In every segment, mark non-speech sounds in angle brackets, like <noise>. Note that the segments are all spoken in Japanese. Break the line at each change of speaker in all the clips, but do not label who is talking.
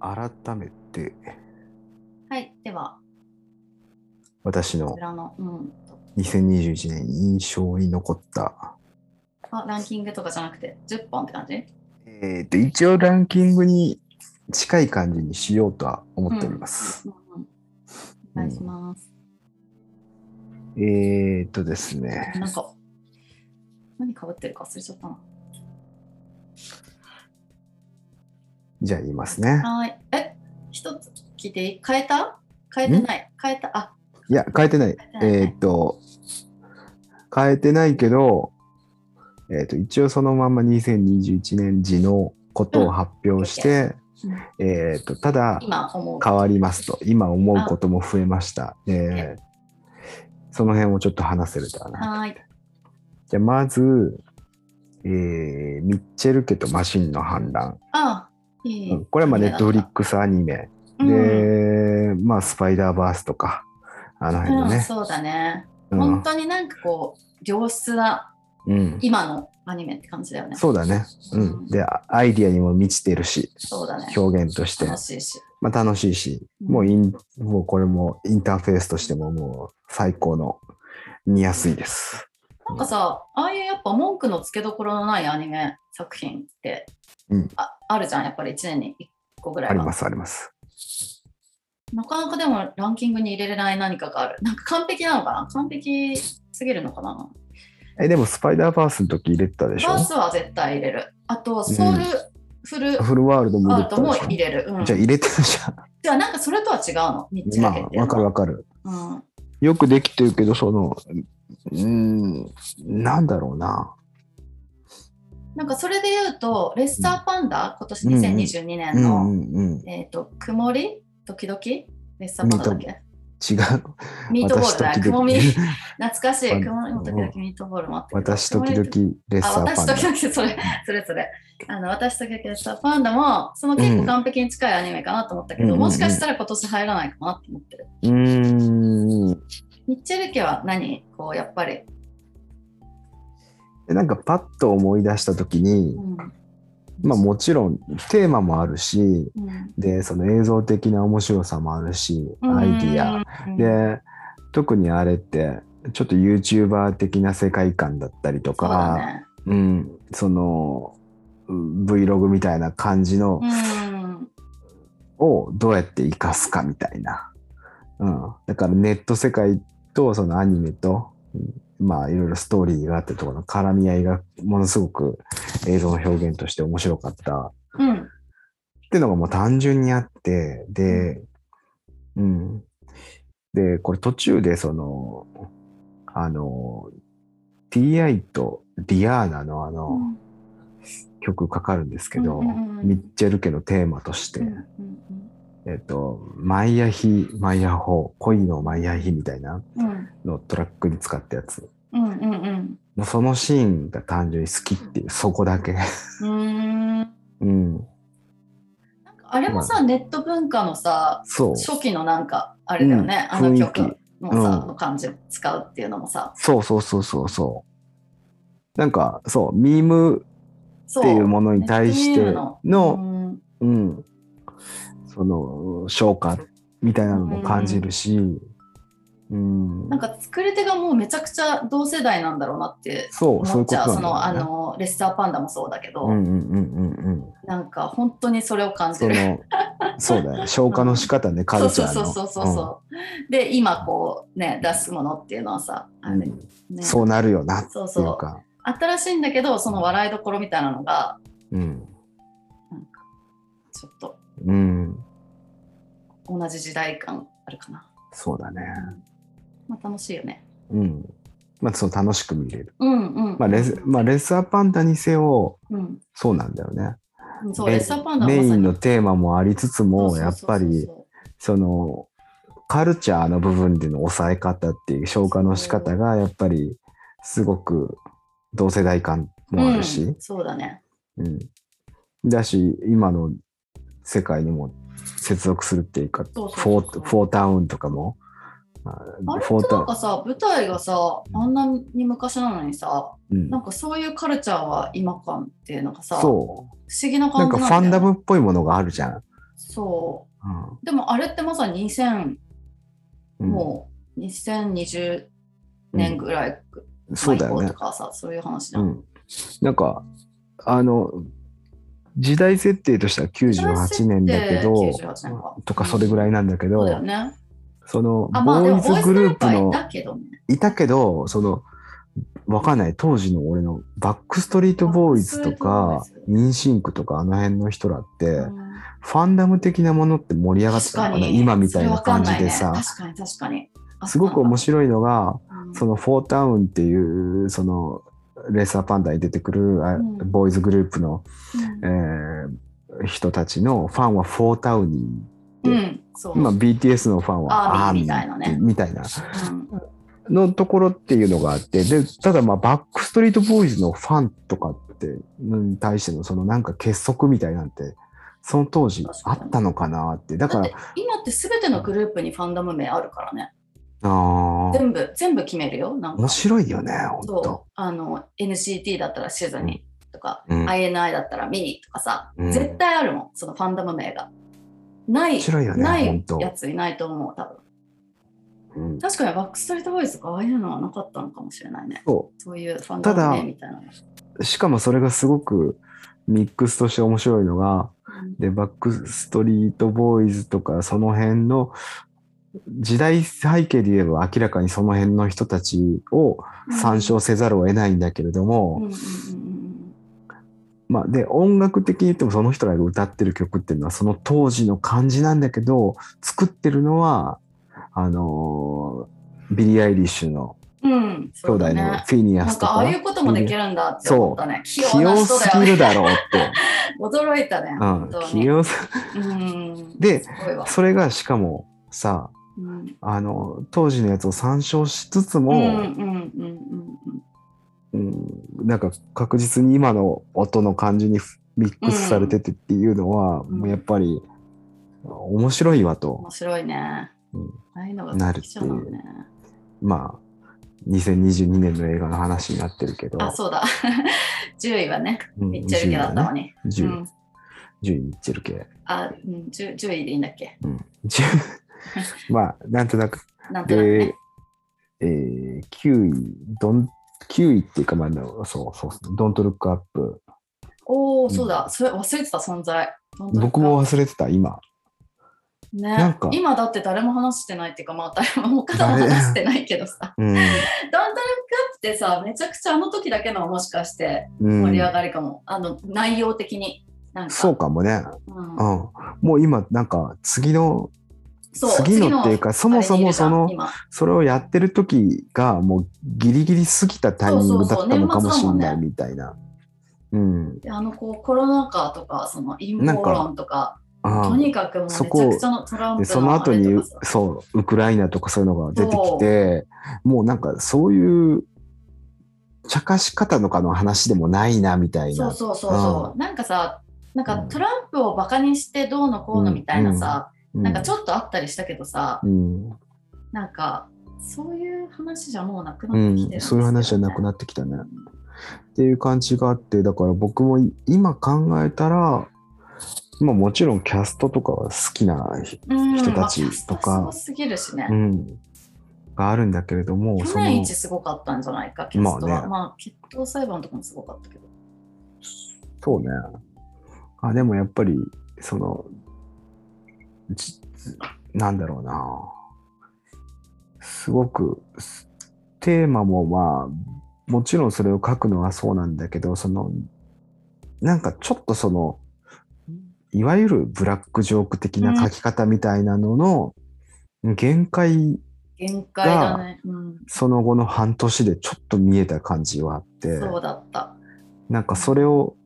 改めて
はい、では、
私
こ
の
ちらの、うん、
2021年印象に残った、
あランキングとかじゃなくて、10本って感じ
えーと一応ランキングに近い感じにしようとは思っております。
うんうんお願いします。
えーとですね、
なんか、何かぶってるか忘れちゃったな。
じゃあ言いますね。
はい。え、一つ聞いていい変えた変えてない。変えた。あ、
いや、変えてない。
変えてない
えーっと、変えてないけど、えーっと、一応そのまんま2021年時のことを発表して、えーっと、ただ、
今思う。
変わりますと、今思うことも増えました。えーその辺をちょっと話せるとはな。
はーい。
じゃあまず、えーミッチェル家とマシンの反乱。
あ、いい。
うんこれはまあネットフリックスアニメ。で、まあ、スパイダーバースとか、あの辺
うん、
の
うん
ね。
そうだね。
うん
本当になんかこう、良質な
うん、
今のアニメって感じだよね。
そうだね。う
うん
ん。で、あアイディアにも満ちてるし、
そうだね。
表現として
楽、しいし。
まあ、楽しいし、
うん
もうイン、もうこれもインターフェースとしてももう最高の見やすいです。
なんかさ、ああいうやっぱ文句のつけどころのないアニメ作品って、
うん
ああるじゃん、やっぱり1年に1個ぐら
あ
い
り
は
ま。す、あります。
なかなかでもランキングに入れれない何かがある。なんか完璧なのかな完璧すぎるのかな
え、でもスパイダーバースの時入れてたでし
バー
ょ
スは絶対入れる。あと、ソウルフル
フルワールドも
アー
入れ
ト
てた
も
でし
入れる。う
ょ
ん、
じ
じ
ゃあ入れてるじ
<laughs> ゃ
ゃん
あなんかそれとは違うの、ミッチ。ェル家っ
ま
て
あ、
いう
わ
の
かるわかる。
は。
よくできてるけど、その、うーん、なんだろうな。
うん、なんかそれで言うと、レッサーパンダ、今年
うんうん
2022
う
年の、
んうんうん。
えっ、と、曇り時々レッサーパンダだっけ
違う。
ミートボールだ、
私時々
曇
<laughs>
り。懐かしい。
あ
熊本の時々ミートボールもあったけど。
私時々レッ
あ、
サーパ
私
ンダ
時。々それ、それそれ。あの、私時々レッサーパンダも、その結構完璧に近いアニメかなと思ったけ
うん
ど、
うんうん
もしかしたら今年入らないかなと思ってる。
うーん。
ミッチェル家は何こう、やっぱり。
でなんかパッと思い出した時に
う、ん。
まあ、もちろんテーマもあるし
うん
でその映像的な面白さもあるしアイディア。
うん、
で特にあれってちょっと YouTuber 的な世界観だったりと
そうだ
か
ね。
う、ん、そのうん Vlog みたいな感じの
うん。
をどうやって生かすかみたいな、うん、だからネット世界とそのアニメと、うんまあいろいろストーリーがあってとかの絡み合いがものすごく映像の表現として面白かった
うん。
ってのがもう単純にあって、で、うん。で、これ途中でその、あの、T.I. とディアーナのあ
う
の
ん
曲かかるんですけど、
うんうんうん
ミッチェル家のテーマとして、
うんうん
えっと、マイヤヒ、マイヤホ、恋のマイヤヒみたいな
うんうん
のをトラックに使ったやつ。
うんうん
もうそのシーンが単純に好きっていう、そこだけ。 <laughs>
うん。うん
うん。
なんかあれもさ、ネット文化のさ、
そう。
初期のなんかあれだよね、
うん
あの
雰囲気
曲のさ、
うん
の感じ使うっていうのもさ
そうそうそうそうそう。なんかそうミーム
そ
っていうものに対して
ネットミームの
の、
うん
うん、その昇華みたいなのも感じるし、うん、
なんか作り手がもうめちゃくちゃ同世代なんだろうなって
そうそ
思
ういう
っ
こ
ち
と
ゃうそ
なんだ
のあ
よね。
のレッサーパンダもそうだけど、
うんうんうんうんうん。
なんか本当にそれを感じ
そ
る。
のそうだよ、ね、消化の仕方ね、カ
そう
ルチ
そ
ャ
う
ー
そ
の。
うそうそう、で今こうね出すものっていうのはさあ
う
れ
ん
ね、
うんそうなるよなって
そう
い
そう
うか、
新しいんだけどその笑いどころみたいなのが
うん
なんかちょっと
うん、
同じ時代感あるかな、
そうだね。
まあ、楽しいよね
うん、まあそう楽しく見れる。
うんうん
まあレスまあレッサーパンダにせよ、
うん
そうなんだよね。
うんそう、
メイン
レッサーパンダは
メインの
まさ
テーマもありつつ
に
もやっぱり
そうそうそうそう
そのカルチャーの部分での抑え方っていう消化の仕方がやっぱりすごく同世代感もある
う
し
ん、そうだね。
うんだし今の世界にも接続するっていうか
そうそう
フ
そう
ォーフォータウンとかも
あれ
フォー
って
タ
なんかさ舞台がさあんなに昔なのにさ
うん
なんかそういうカルチャーは今感ってなんかさ不思
そ
議な
う。な
感じ
んか
ん
フ
だよ
ァ
ね
ンダムっぽいものがあるじゃん。
そ
うん
うでもあれってまさに2000、
うん
もう2020年ぐらい
そうだよ
前以降
ね
と。かさそういう話じゃ、
うんん。なんか、あの、時代設定としては98年だけど
時代設定98年か、
とかそれぐらいなんだけ
そう
ど
だよ、ね
その、
あまあ
ボ
でも
ー
ボ
イ
ー
ズ
イズ
グ
グルー
ルー
プ
プ
はい
の、
たけどね
いたけど、その、わかんない。当時の俺のバックストリートボーイズと
バッ
か
クストリートボーイ、ズ
インシンクとかあの辺の人らって、
うん
ファンダム的なものって盛り上がっ
確
てた
か
のかな
に
今みたいな感じで
それ
さ、
わかんないね、確かに確かにあ
すごく面
そ
白いのが、
うなんだ
そのフォータウンっていう、そのレーサーパンダに出てくる、あ
うん
ボーイズグループの、え
う
ー人たちのファンはフォータウニ
ん、うんそう
今 BTS のファンは
ア
ア
ー
ー
ミー
ミ
みたいな
ー
ね
ってみたいな
うん
のところっていうのがあって、で、ただまあバックストリートボーイズのファンとかって、に対してのそのなんか結束みたいなんて、その当時あったのかなって。だ
だ
か
っ
ら
て、今って全てのグループにファンダム名あるからね
あー
全部全部決めるよなんか
面白いよね、ほんと
そう。あの NCT だったらシズニーとか、
うん
INI だったらミニとかさ、
うん
絶対あるもんそのファンダム名がない
面白いよね
ない
ほんと
やついないと思う多分
うん
確かにバックストリートボーイズとかああいうのはなかったのかもしれないね
そ
そういうファンダム名みたいなの
うしかもそれがすごくミックスとして面白いのが、
うん
で、バックストリートボーイズとか、その辺の、時代背景で言えば明らかにその辺の人たちを参照せざるを得ないんだけれども、
うんうんうんうん
まあ、で音楽的に言ってもその人らが歌ってる曲っていうのはその当時の感じなんだけど作ってるのはあのービリー・アイリッシュの
うんうん
兄
そうだ
弟
ね
のフィニア
なん
スと
かあ
か
あいうこともできるんだって思ったね。器
器
用な
用
人
す
だ
ぎ
よ。
るだろうって、
驚いたね。<laughs>
う
本
ん、
当
器
に
用す
うん
です
ごいわ
それがしかもさ
うん
あの当時のやつを参照しつつ
うんうんう
も、
んうん
うんなんか確実に今の音の感じにミックスされててっていうのは、
ん
もうやっぱり面白いわと。
面白いね。
うん
ああいうのが
な
好
るっ
き
て
じ
い
ゃ
うん
ね。
まあ、2022年の映画の話になってるけど、
あ、そうだ。10位はね、
うん
ミッチェル系だったのに。う
10
ん、
位ミッチェル系。
あ、うん10、10位でいいんだっけ。
うん10まあ、なんとなく。
なんとなくね。
で、えー、9位、どん9位っていうか、まあ、そうそうそう、ドントルックアップ。
おお、そうだ。それ忘れてた存在。本当だ
僕も忘れてた、今。
ね
なんか
今だって誰も話してないっていうか、まあ、誰も他の話してないけどさ。
うん。
ダウンタウンクアップってさ、めちゃくちゃあの時だけのもしかして
うん
盛り上がりかも。あの、内容的に。なんか。
そうかもね。
うん
うん。もう今、なんか、次の、
そう
次のっていうか、そもそもその
あれにいる、じゃん今
それをやってる時がもうギリギリ過ぎたタイミングだったのかもしれ
そうそうそう年末
な
だ
い
も
みたいな。うん。
であのこうコロナ禍とかその陰
なん
謀
か
論とか
あ
と
あ
にかくもうめちゃ
そこ
くちゃのトラン
で
プ
その後
あれ
に
とかさ
そうウクライナとかそういうのが出てきてもうなんかそういう茶化し方とかの話でもないなみたい
そう
な。
そうそうそう、なんかさなんかトランプをバカにしてどうのこうのみたいなさ、
な
なんかちょっとあったりしたけどさ、
うん、
なんかそういう話じゃもうなく
う
なってきてるん
ん、そういう話じゃなく
っ
なってきたね。っていう感じがあってだから僕もい今考えたら、まあ、もちろんキャストとかは好きな、
てうん
人たちとか
まあキャストすごすぎるしね、
うん、があるんだけれども
去
その
年一すごかったんじゃないかキャストは
ま
ま
あ
あ、
ね
決闘裁判とかもすごかったけど
そうね。あ、でもやっぱり、その、じなんだろうな。すごく、すテーマもまあ、もちろんそれを書くのはそうなんだけど、その、なんかちょっとその、いわゆるブラックジョーク的な書き方みたいなのの、限界、
限界だね、うん、
その後の半年でちょっと見えた感じはあって。
そうだった
なんかそれを、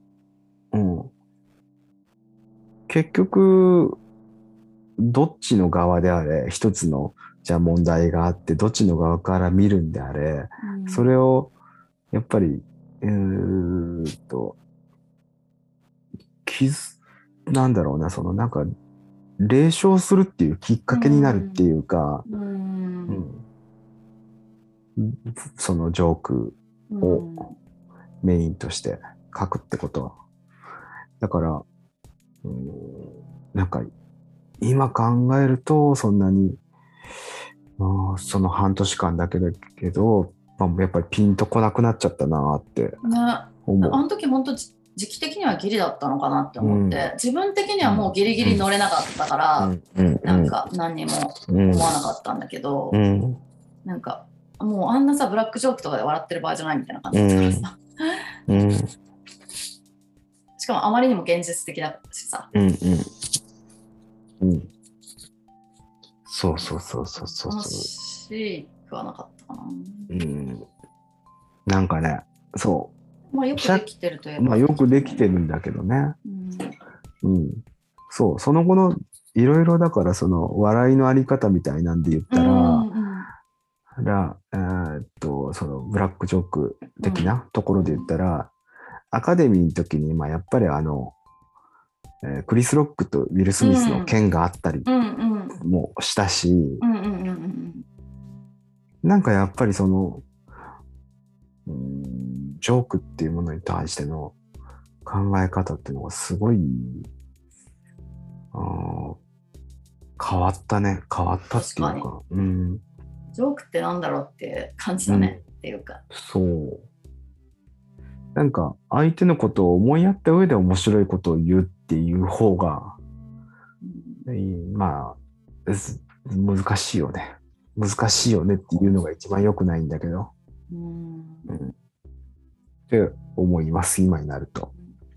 うん。結局、どっちの側であれ、一つの、じゃあ問題があって、どっちの側から見るんであれ、
うん
それを、やっぱり、うーんと、傷、なんだろうな、そのなんか、冷笑するっていうきっかけになるっていうか、
うーん
うんそのジョーク
うん
おメインとして書くってことは。だから、うんなんか、今考えると、そんなに、うんその半年間だけだけど、まあ、やっぱりピンとこなくなっちゃったなって
ねあ
思う。
の時本当時期的にはギリだったのかなって思って、
う
自分的にはもうギリギリ乗れなかったから、
うんうん
なんか何にも
うん
思わなかったんだけど、
うん
なんかもうあんなさブラックジョークとかで笑ってる場合じゃないみたいな感じ、
うんうん
<laughs> しかもあまりにも現実的だしさ
うんうんうんそうそうそうそうそう
楽
そ
しくはなかったかな、
う、うん、なんかねそ
まあよくできてるという
うまあよくできてるんだけどね
うん
うんそうその後のいろいろだからその笑いのあり方みたいなんで言った
うん
ら,、
うん
らえーっとそのブラックジョーク的なところで言ったら、アカデミーの時にまあやっぱりあの、えークリス・ロックとウィル・スミスの件があったり
うんうん
もしたし、
うんうんうんうん
なんかやっぱりその、うーんジョークっていうものに対しての考え方っていうのがすごい、あー変わったね。変わったっていうのか。
確か
うん。
ジョークってなんだろうっていう感じだね、っていうか
そう。なんか相手のことを思いやった上で面白いことを言うっていう方が、
うん
いいまあ、す難しいよね。難しいよねっていうのが一番良くないんだけど、
うん
って思います、今になると。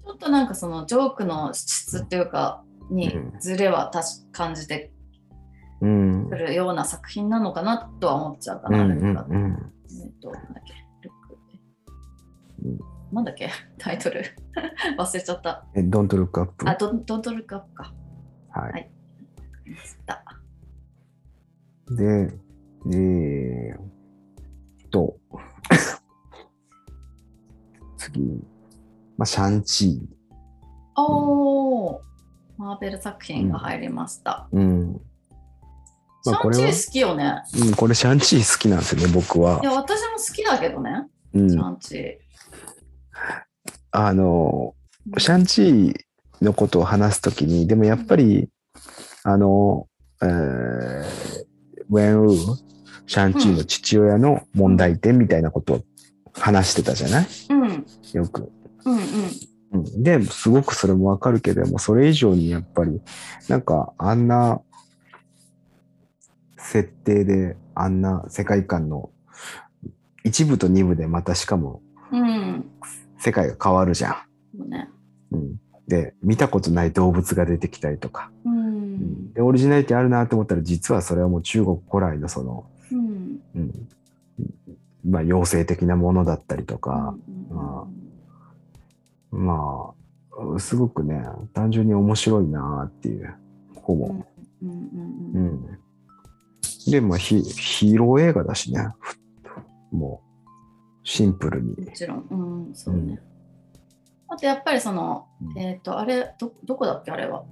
ちょっとなんかそのジョークの質っていうかにズレはたし感じて
うん
く。るような作品なのかなとは思っちゃうか
う
な。
ん
ル
う
ック
ん
がえっと、なんだっけ、ルック
うん
なんだっけ、タイトル忘れちゃった。
うん。え、ドントルックアップ。
あ、ドンドントルックアップか。
はい
はいミスった
で、えーっと、 <laughs> 次、まあ、シャンチ
おー、マーベル作品が入りました。
ー。うん。まあ、これ
シャ
は
ン、チー好きよね。。
うん、これシャンチー好きなんですよね、僕はい
や、私も好きだけどね、
う
シ
ん。
ャンチ
あの、
ー。
シャンチーのことを話すときに、でもやっぱり、あの、えー、ウェンウー、シャンチーの父親の問題点みたいなことを話してたじゃない
うん、うん、
よく。
うん。
うん、で、すごくそれもわかるけども、それ以上にやっぱり、なんかあんな設定で、あんな世界観の一部と二部でまたしかも
うん。
世界が変わるじゃ
そうね。
ん。うん、で、見たことない動物が出てきたりとか、
う
うんん。で、オリジナリティあるなと思ったら、実はそれはもう中国古来のその、
うん。
うん、まあ妖精的なものだったりとか、
うん
あまあ、すごくね、単純に面白いなっていう、ここも。
うんうんうん
う
うん
ん。で、まあヒ、ヒーロー映画だしね、ふもう、シンプルに。
もちろん、うん、そうね。あとやっぱりその、
うん
えっ、と、あれど、どこだっけ、あれは。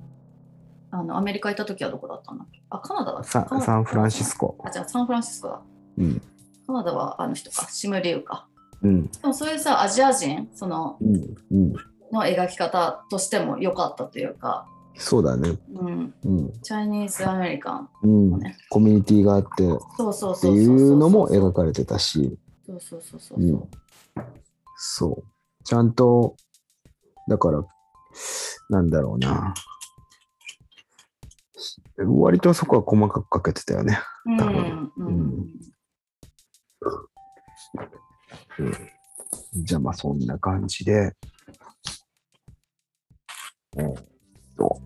あの、アメリカ行った時はどこだったんだっけ。あ、カナダだっけ。
サ
カナダ
サンフランシスコ。
あ、じゃあサンフランシスコだ。
うん。
カナダはあの人か、シムリュウか。
うん。
でもそういうさ、アジア人その
うん。うん。
の描き方としても良かったというか、
そうだね。
うん、
うん。
チャイニーズ・アメリカン。
うん
ね。
コミュニティがあってっ
そうそうそ
て
うそうそう。
いうのも描かれてたし、
そうそうそうそう。
うん。そう。ちゃんと、だから、なんだろうな。割とそこは細かくかけてたよね。
うん
なるほど
うん
うんじゃあまあそんな感じで。えーっと。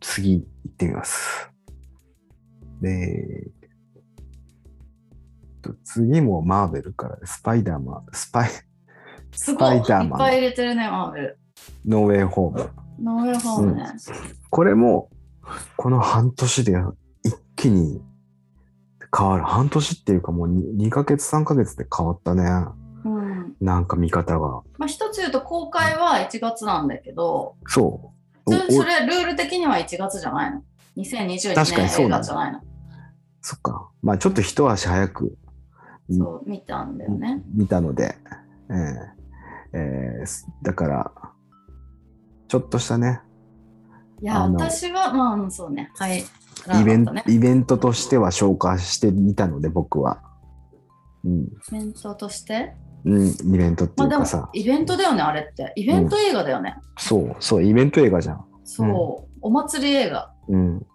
次行ってみます。で、えーっと次もマーベルからでスパイダーマン、スパイ、
す
ス
ご
パ
いい
イ
っ
ダ
ぱ
ー
い
マン、
入れてるね、マーベル。
ノーウェイホーム。
ノーウェイホームね。
これも、この半年で一気に変わる。半年っていうかもう 2, ヶ月3ヶ月で変わったね。
うん
なんか見方が。
まあ、一つ言うと公開は1月なんだけど、
そお
それ
お
それルール的には1月じゃないの ?2021
確かに
年
そう
映
だ
画
ね
じゃないの
そっか。まあちょっと一足早くうん
そう、見たんだよね。
見たので、ええええすだから、ちょっとしたね、
いや、
あの
私は、まあうん、そうね。はい。
イベン
ラーだったね
イベントとしては消化してみたので、僕は。うん、
イベントとして
うん、イベントって
ま
い
あ
う
でも
かさ、
イベントだよねあれってイベント映画だよね、
そう、そう、イベント映画じゃん。
そう、お祭り映画
うん、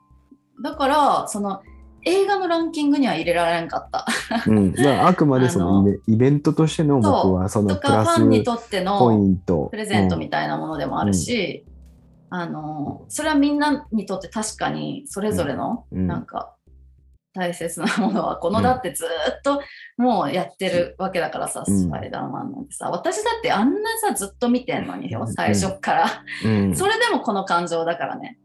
だからその映画のランキングには入れられんかった <laughs>
うん、だからあくまでそのイベイベントとしての僕はその
<laughs> と
プ
か
ラス
ファンにとって
ポイ
の
ント。
プレゼント
うん
みたいなものでもあるし、あのそれはみんなにとって確かにそれぞれの
うんうん
なんか大切なものはこのだってずーっともうやってるわけだからさ、
うん
スパイダーマンなんてさ私だってあんなさずっと見てんのによ最初っから、
うん、
それでもこの感情だからね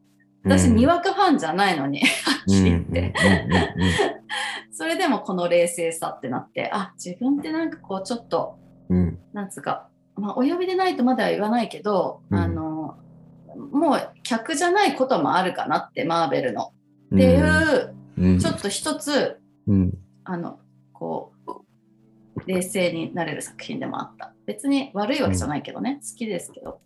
うん
私、にわかファンじゃないのに、きり言って
うんうんうんうん
それでもこの冷静さってなって、あ、自分ってなんかこう、ちょっと、
うん
なんつうか、まあ、お呼びでないとまでは言わないけど、
うん
あの、もう客じゃないこともあるかなって、マーベルの。
うん
っていう、
うん
ちょっと一つ、
うん
あの、こう、冷静になれる作品でもあった。別に悪いわけじゃないけどね、好きですけど。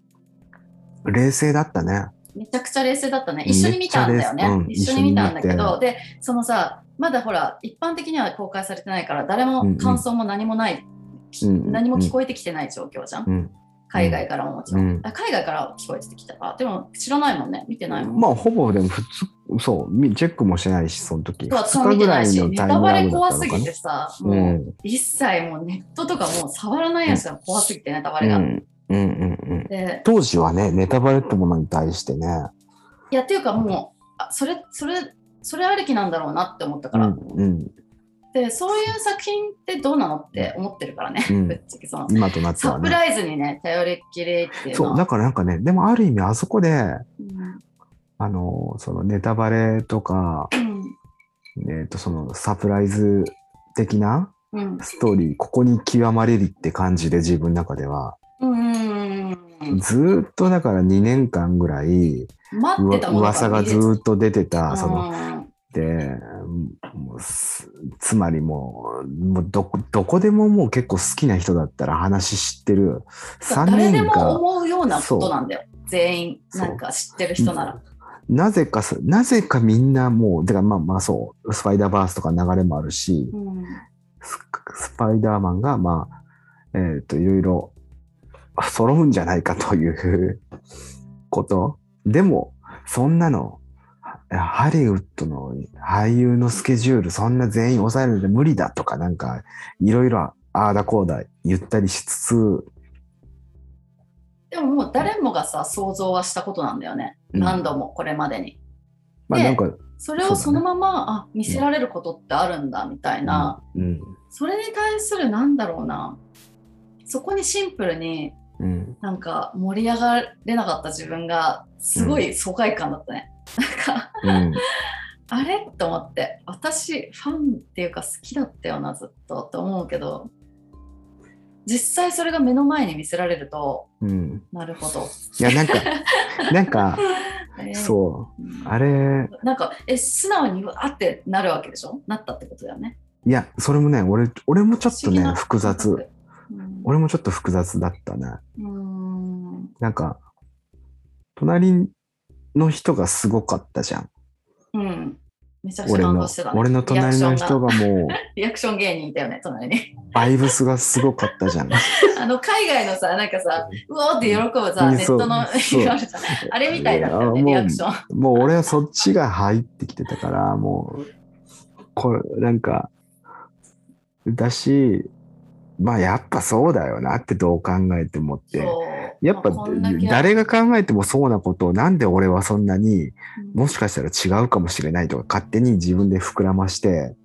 冷静だったね。
めちゃくちゃ冷静だったね。
うん
一緒に見たんだよね。
めっち
一
ゃ冷静うん
緒に見たんだけ
一緒に
ど、で、そのさ、まだほら、一般的には公開されてないから、誰
うんう
も
ん
感想も何もない、き
うんうん
何も聞こえてきてない状況じゃん。
うん
海外からももちろん。
うん
あ海外からは聞こえてきたから、でも知らないもんね、見てないもん。
まあほぼでも普通そうみチェックもしてないしその時
そうそう
二
見てないし、
の
ネタバ
ラ
レ
グだ
怖
った
す
の
ぎ
か
てさ、
なう
もうん一切もうネットとかもう触らないやつが怖すぎて、ネタバレが。
うんうんうんうん
で
当時はねネタバレってものに対してね
いや、っていうかもう、あそれ、それ、それありきなんだろうなって思ったか
う
ら。
んうん
でそういう作品ってどうなのって思ってるからね、
うん
ぶっちゃけその
今となって
サ
は
プ
ね
ライズにね頼りっきりっていうの
そう
は
だからなんかねでもある意味あそこで
うん
あのそのネタバレとかえっとそのサプライズ的な
うん
ストーリーここに極まれりって感じで自分の中では
うんうんうん
ずーっとだから2年間ぐらい
待っ
うわ
てたもの
噂がずーっと出てたその
の
でもうすつまりもうもうどこどこでももう結構好きな人だったら話知ってる
誰
3
で
人
も
が
思うようなことなんだよ全員
そう
なんか知ってる人なら
なぜかさなぜかみんなもうてかまあまあそうスパイダーバースとか流れもあるし
うん
ススパイダーマンがまあえっ、といろいろ揃うんじゃないかということでもそんなのハリウッドの俳優のスケジュールそんな全員抑えるので無理だとかなんかいろいろああだこうだ言ったりしつつ、
でももう誰もがさ想像はしたことなんだよね
うん
何度もこれまでに
まあ
で
なんか、
それをそのままあ見せられることってあるんだみたいな
うん
それに対するなんだろうなそこにシンプルに
うん
なんか盛り上がれなかった自分がすごい疎外感だったね、なんか
うん
あれと思って私ファンっていうか好きだったよなずっとと思うけど実際それが目の前に見せられると
うん、
なるほど、
いやなんかな
<laughs>
んか
えー
そう
うん
あれ
なんかえ素直にうわってなるわけでしょなったってことだよね
いやそれもね俺俺もちょっと
不思議
ね
な
複雑
うん
俺もちょっと複雑だったね。
うん
なんか、隣の人がすごかったじゃん。
うんめちゃくちゃ
俺
感動
の
してた、、ね、
俺の隣の
リアクショ
人
ンが
がもう、
リアクション芸人いたよね隣に <laughs>
バイブスがすごかったじゃん。
あの海外のさなんかさうおーって喜ぶさ、
うん
ネットの
そ
あ
う
るじゃん <laughs> <laughs> あれみたいだったよね
いやもう
リアクション
もう俺はそっちが入ってきてたから、もう、これ、なんか、だし、まあやっぱそうだよなってどう考えてもって。
そう
やっぱ
まあこんだけ
誰が考えてもそうなことをなんで俺はそんなに
うん
もしかしたら違うかもしれないとか勝手に自分で膨らまして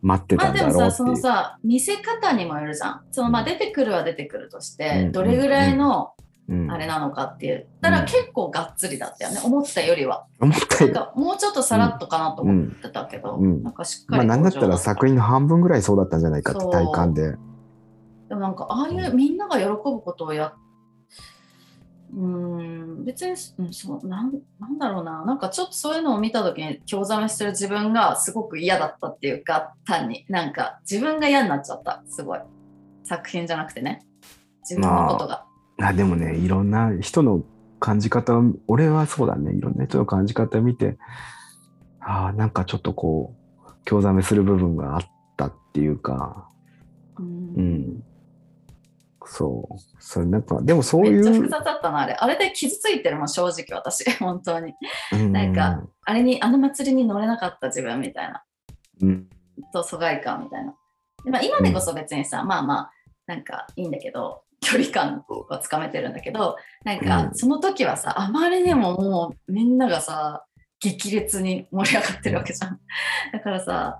待って
ま
た
あ
ん
で
だ
も
ろ
さ
うって
そ
いう。
のさ見せ方にもよるじゃんそのまあ出てくるは出てくるとして、
うん
どれぐらいの
うん
あれなのかっていうだから結構がっつりだったよね思ったよりは
思った
なん
よ。
かもうちょっとさらっとかなと思ってたけど、
うんうん
なんかしっか
まあ
り
なんだったら作品の半分ぐらいそうだったんじゃないかって
そう
体感で。
でもなんかああいうみんなが喜ぶことをやうーん別に、うん、そうなんなんだろうななんかちょっとそういうのを見た時に興ざめしてる自分がすごく嫌だったっていうか単になんか自分が嫌になっちゃったすごい作品じゃなくてね自分のことが、
あでもねいろんな人の感じ方を俺はそうだねいろんな人の感じ方を見てああなんかちょっとこう興ざめする部分があったっていうか
う
うんんそうそれなんかでもそうい
めっちゃ複
う
雑だったなあれあれで傷ついてるもん正直私 <laughs> 本当に
うん
なんかあれにあの祭りに乗れなかった自分みたいな
うん
と疎外感みたいなで、まあ、今でこそ別にさ、まあまあなんかいいんだけど距離感はつかめてるんだけどなんか
うん
その時はさ、あまりにももうみんながさ激烈に盛り上がってるわけじゃんだからさ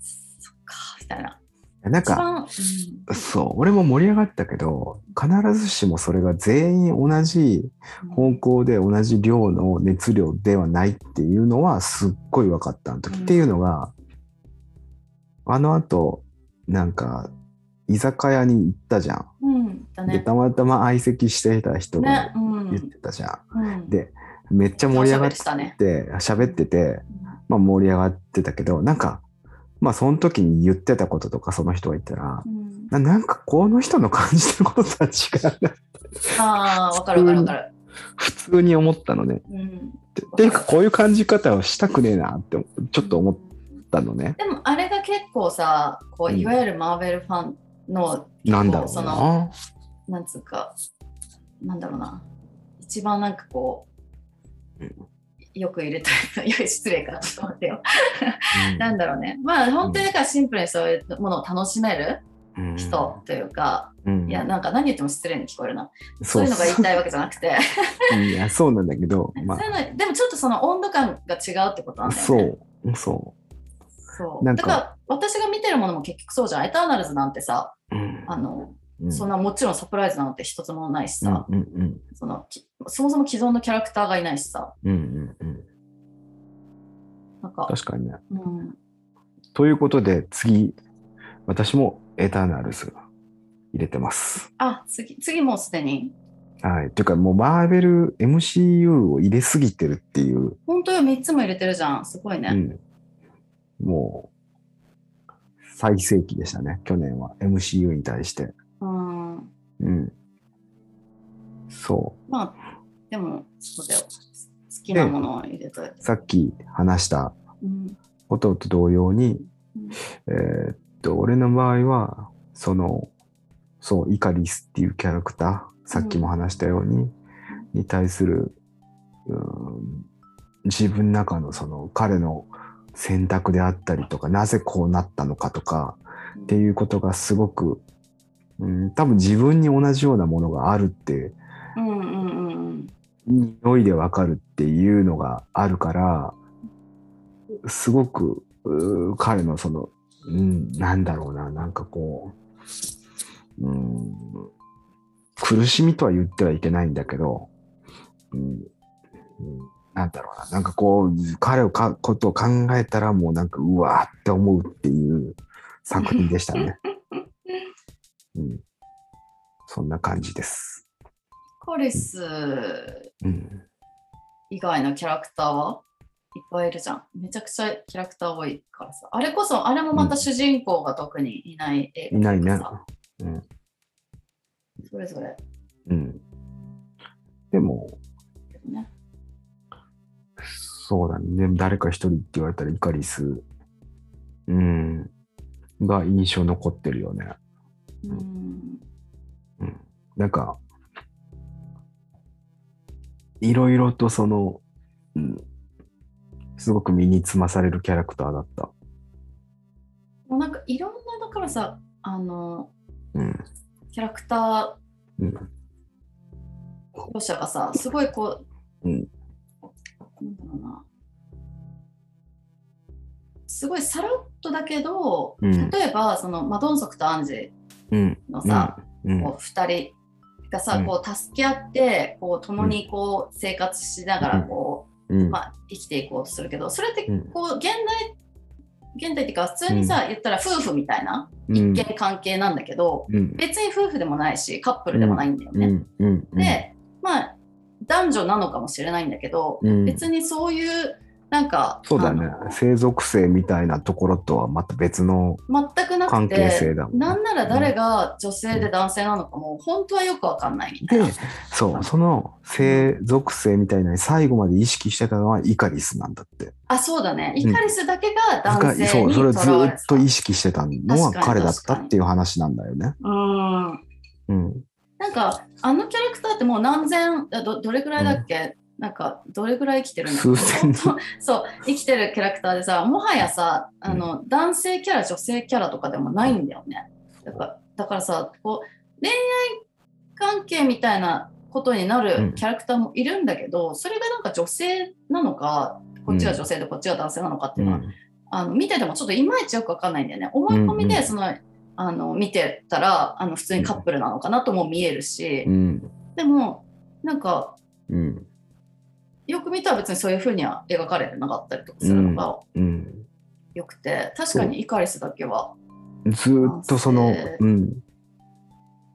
そっかみたいな
なん
一
か
番、
そう俺も盛り上がったけど必ずしもそれが全員同じ
うん
方向で同じ量の熱量ではないっていうのはすっごい分かったの時、
うん
っていうのがあのあとんか居酒屋に行ったじゃん、
うんだ
で
ね
たまたま相席していた人
ね
が
うん
言ってたじゃん、
うん
でめっちゃ盛り上がって
おしゃべりしたね
喋ってて、まあ、盛り上がってたけどなんかまあその時に言ってたこととかその人が言ったら
うん
ななんかこの人の感じてることとは違うな <laughs>
ああわかるわかるわかる、
普通に思ったのね
うん、
ってっていうかこういう感じ方をしたくねえなってちょっと思ったのね。
でもあれが結構さこう
うん
いわゆるマーベルファンの、
なんだろう
その
な。
なんつうかなんだろうな一番なんかこう、
うん
よくいるタイプいや失礼かな <laughs> ちょっと待ってよ、
うん
なんだろうねまあ本当にだからシンプルにそういうものを楽しめる人というか、
うん
いやなんか何言っても失礼に聞こえるな、そういう
そ
うのが言いたいわけじゃなくて、
そういやそうなんだ
<laughs>
けど、 <laughs> ま
そういうのでもちょっとその温度感が違うってことなん
あ、
だよね
そうそ
そう
なん
だ
か
から私が見てるものも結局そうじゃんエターナルズなんてさ
う。うん
あの、
うん
そんなもちろんサプライズなんて一つもないしさ、
うんうん
そのきそもそも既存のキャラクターがいないしさ
うんうんうんうん
なんか、
確かにね。
うん、
ということで次私もエターナルズ入れてます。
あ次次もうすでに
はい。というかもうマーベル MCU を入れすぎてるっていう、
本当よ3つも入れてるじゃんすごいね、
うん、もう最盛期でしたね去年は MCU に対して。
うん、
うん。そ
まあでもそうだよ好きなものを入れといて、
う。さっき話した
うん
ことと同様に
うん、
えーっと、俺の場合は、その、そう、イカリスっていうキャラクター、さっきも話したように、に対する、うん、自分の中のその彼の選択であったりとか、なぜこうなったのかとか、っていうことがすごく、うん、多分自分に同じようなものがあるって
うんうんうんうん
匂いでわかるっていうのがあるからすごくうー彼のその、うん、なんだろうななんかこう、うん、苦しみとは言ってはいけないんだけど、うんうんなんだろうななんかこう彼をかことを考えたらもうなんかうわーって思うっていう作品でしたね。うん、そんな感じです。
カリス
うん
以外のキャラクターはいっぱいいるじゃん。めちゃくちゃキャラクター多いからさ。あれこそ、あれもまた主人公が特にいない映
いないね。
それぞれ、
うん。でも、
ね。
そうだね。でも誰か一人って言われたらイカリス、うん、が印象残ってるよね。
うん。
うん。なんか、いろいろとその、うん、すごく身につまされるキャラクターだった。
もうなんかいろんな、だからさ、あの、
うん。
キャラクタ
うん。
ー描写がさ、すごいこう、
うん
なんだろうな。すごいさらっとだけど、
うん
例えば、そのマドンソクとアンジ
うん。
のさ、
うん。
こう2人がさ、
うん
こう助け合ってこう共にこう生活しながらこう、
うん。
まあ、生きていこうとするけどそれって
うん
こう現代現代っていうか普通にさ、言ったら夫婦みたいな
うん。
関係なんだけど
うん。
別に夫婦でもないしカップルでもないんだよ
う
ね。
ん。うん。
でまあ男女なのかもしれないんだけど、
うん
別にそういうなんか
そうだね
あの
生属性みたいなところとはまた別の
全くな
関
く
係
て
性だもんね
なんなら誰が女性で男性なのかも本当はよくわかんないみたいな
で。そうその性属性みたいなのに最後まで意識してたのはイカリスなんだって
あそうだね
うん
イカリスだけが男
イカ
性
そう
に
そ
と
れをず
らわれ
って
た
と
う
意識してたのは
確か
彼
に
だったっていう話なんだよね。
ん
うん、
なんかあのキャラクターってもう何千あどどれくらいだっけ、なんかどれくらい生きてるんだっけ
数千
本当そう生きてるキャラクターでさもはやさあの、男性キャラ女性キャラとかでもないんだよねだからだからさこう恋愛関係みたいなことにな
うん
るキャラクターもいるんだけど、それがなんか女性なのかこっちが女性でこっちが男性なのかっていうのはあの見ててもちょっといまいちよくわかんないんだよね思い込み
うんう
でその、あの見てたらあの普通にカップルなのかなとも見えるし、
うん
でもなんか
うん
よく見たら別にそういうふうには描かれてなかったりとかするのが
うん
よくて、確かにイカリスだけは
ずーっとその
男性、
うん、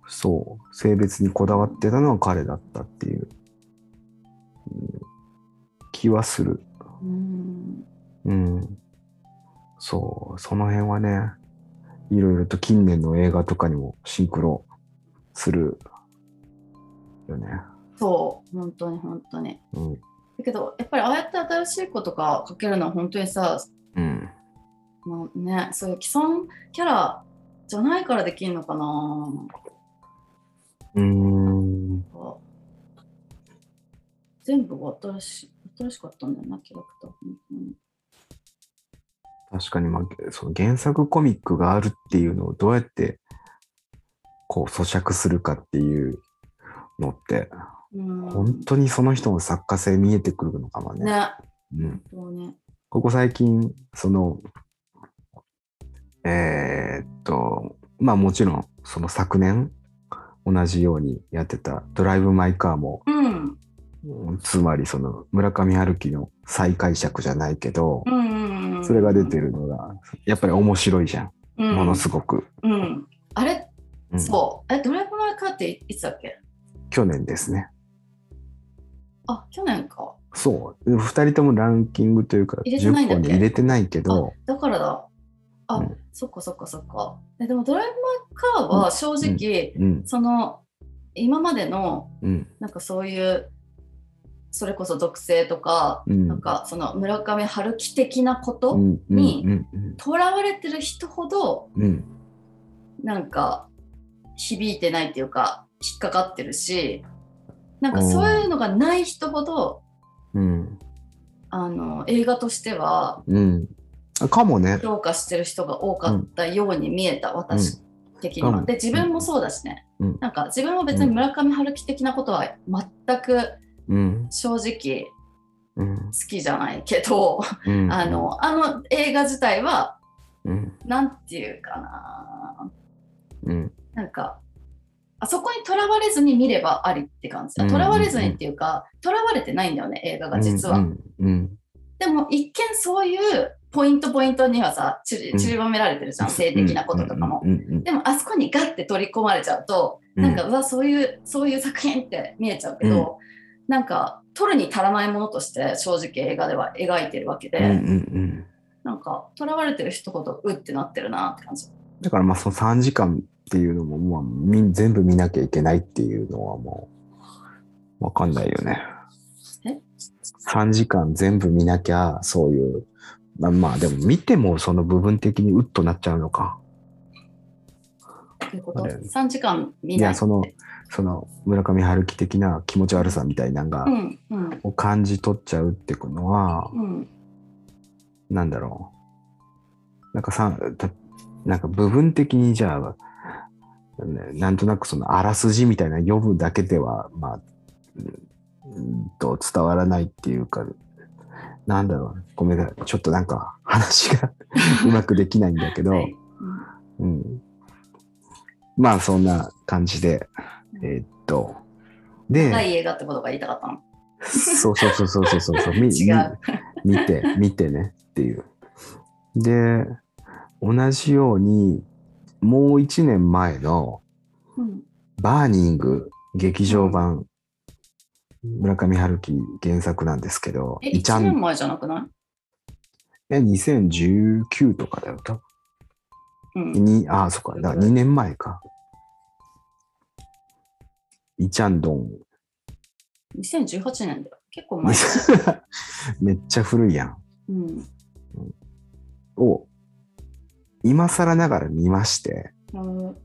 そう性別にこだわってたのは彼だったっていう、うん気はする、
うん
うん、そうその辺はねいろいろと近年の映画とかにもシンクロするよね、
そう本当に本当に
うん
だけどやっぱりああやって新しいことが描けるのは本当にさ、
うん、
まあね、そういう既存キャラじゃないからできるのかな
うーん
か全部が新し新しかったんだよなキャラクター本当に
確かに、まあ、その原作コミックがあるっていうのをどうやってこう咀嚼するかっていうのって
うん
本当にその人の作家性見えてくるのかもね。
ね
うん、
そうね
ここ最近そのえーっとまあもちろんその昨年同じようにやってた「ドライブ・マイ・カー」も
うん
うんつまりその村上春樹の再解釈じゃないけど
うんうんうん
それが出てるのがやっぱり面白いじゃん
うん
ものすごく。
うんあれ、
うん
そうえドライブ・マイ・カーっていいつだっけ
去年ですね。
あ去年か
そう2人ともランキングというか
入れてない
10
んだっ
本
け
に入れてないけど
だからだあ、
うん
そっかそっかそっかえでもドライブ・マイ・カーは正直、
うん
その今までの
うん
なんかそういうそれこそ属性とか、
うん
なんかその村上春樹的なこと、
うんうん
に
うん
囚われてる人ほど
うんうん
なんか響いてないっていうか引っかかってるしなんかそういうのがない人ほど
うん
あの映画としては
うんあかもね。
評価してる人が多かったように見えた、私的には。
うん
で自分もそうだしね、
うん
なんか自分も別に村上春樹的なことは全く
うん
正直
うん
好きじゃないけど、
うん、
あのあの映画自体は
うん
なんていうかな
うん
なんか、あそこにとらわれずに見ればありって感じ。
うん
とらわれずにっていうか、とらわれてないんだよね、映画が実は。
うんうん
でも、一見そういうポイントポイントにはさ、ちり
うん
ちりばめられてるじゃん、性的なこととかも。
うんうん
でも、あそこにガッて取り込まれちゃうと、
うん
なんか、うわ、そういう、そういう作品って見えちゃうけど、なんか、取るに足らないものとして、正直映画では描いてるわけで、
うんうんうん
なんか、とらわれてる人ほど、うってなってるなって感じ。
だからまあその3時間っていうのもまあみ全部見なきゃいけないっていうのはもうわかんないよね
え。
3時間全部見なきゃそういうまあまあでも見てもその部分的にうっとなっちゃうのか。
ということ、
そうだよね
3時間見
い
ない
やそのその村上春樹的な気持ち悪さみたいなのが
うん、うん、
を感じ取っちゃうっていうのは、
うん。
なんだろう。なんかさん、たなんか部分的にじゃあ、ねなんとなくそのあらすじみたいな読むだけでは、まあ、うんうんと伝わらないっていうか、なんだろう。ごめんなさい。ちょっとなんか話
<laughs>
がうまくできないんだけど、
はい
うん。まあそんな感じで、えーっと、で、
長い映画ってことが言いたかったの。
そうそうそうそうそうそうそう。み
違う
み見て、見てねっていう。で、同じように、もう一年前の
うん、
バーニング劇場版村上春樹原作なんですけど、
え、
いちゃ
1年
ん、
前じゃなくない
え、2019とかだよ、多分
うん。
に、ああ、そっか、だから2年前か。イチャンドン。
2018年だよ。結構前。
<laughs> めっちゃ古いやん。
<laughs> うん。
を、今更ながら見まして、
あの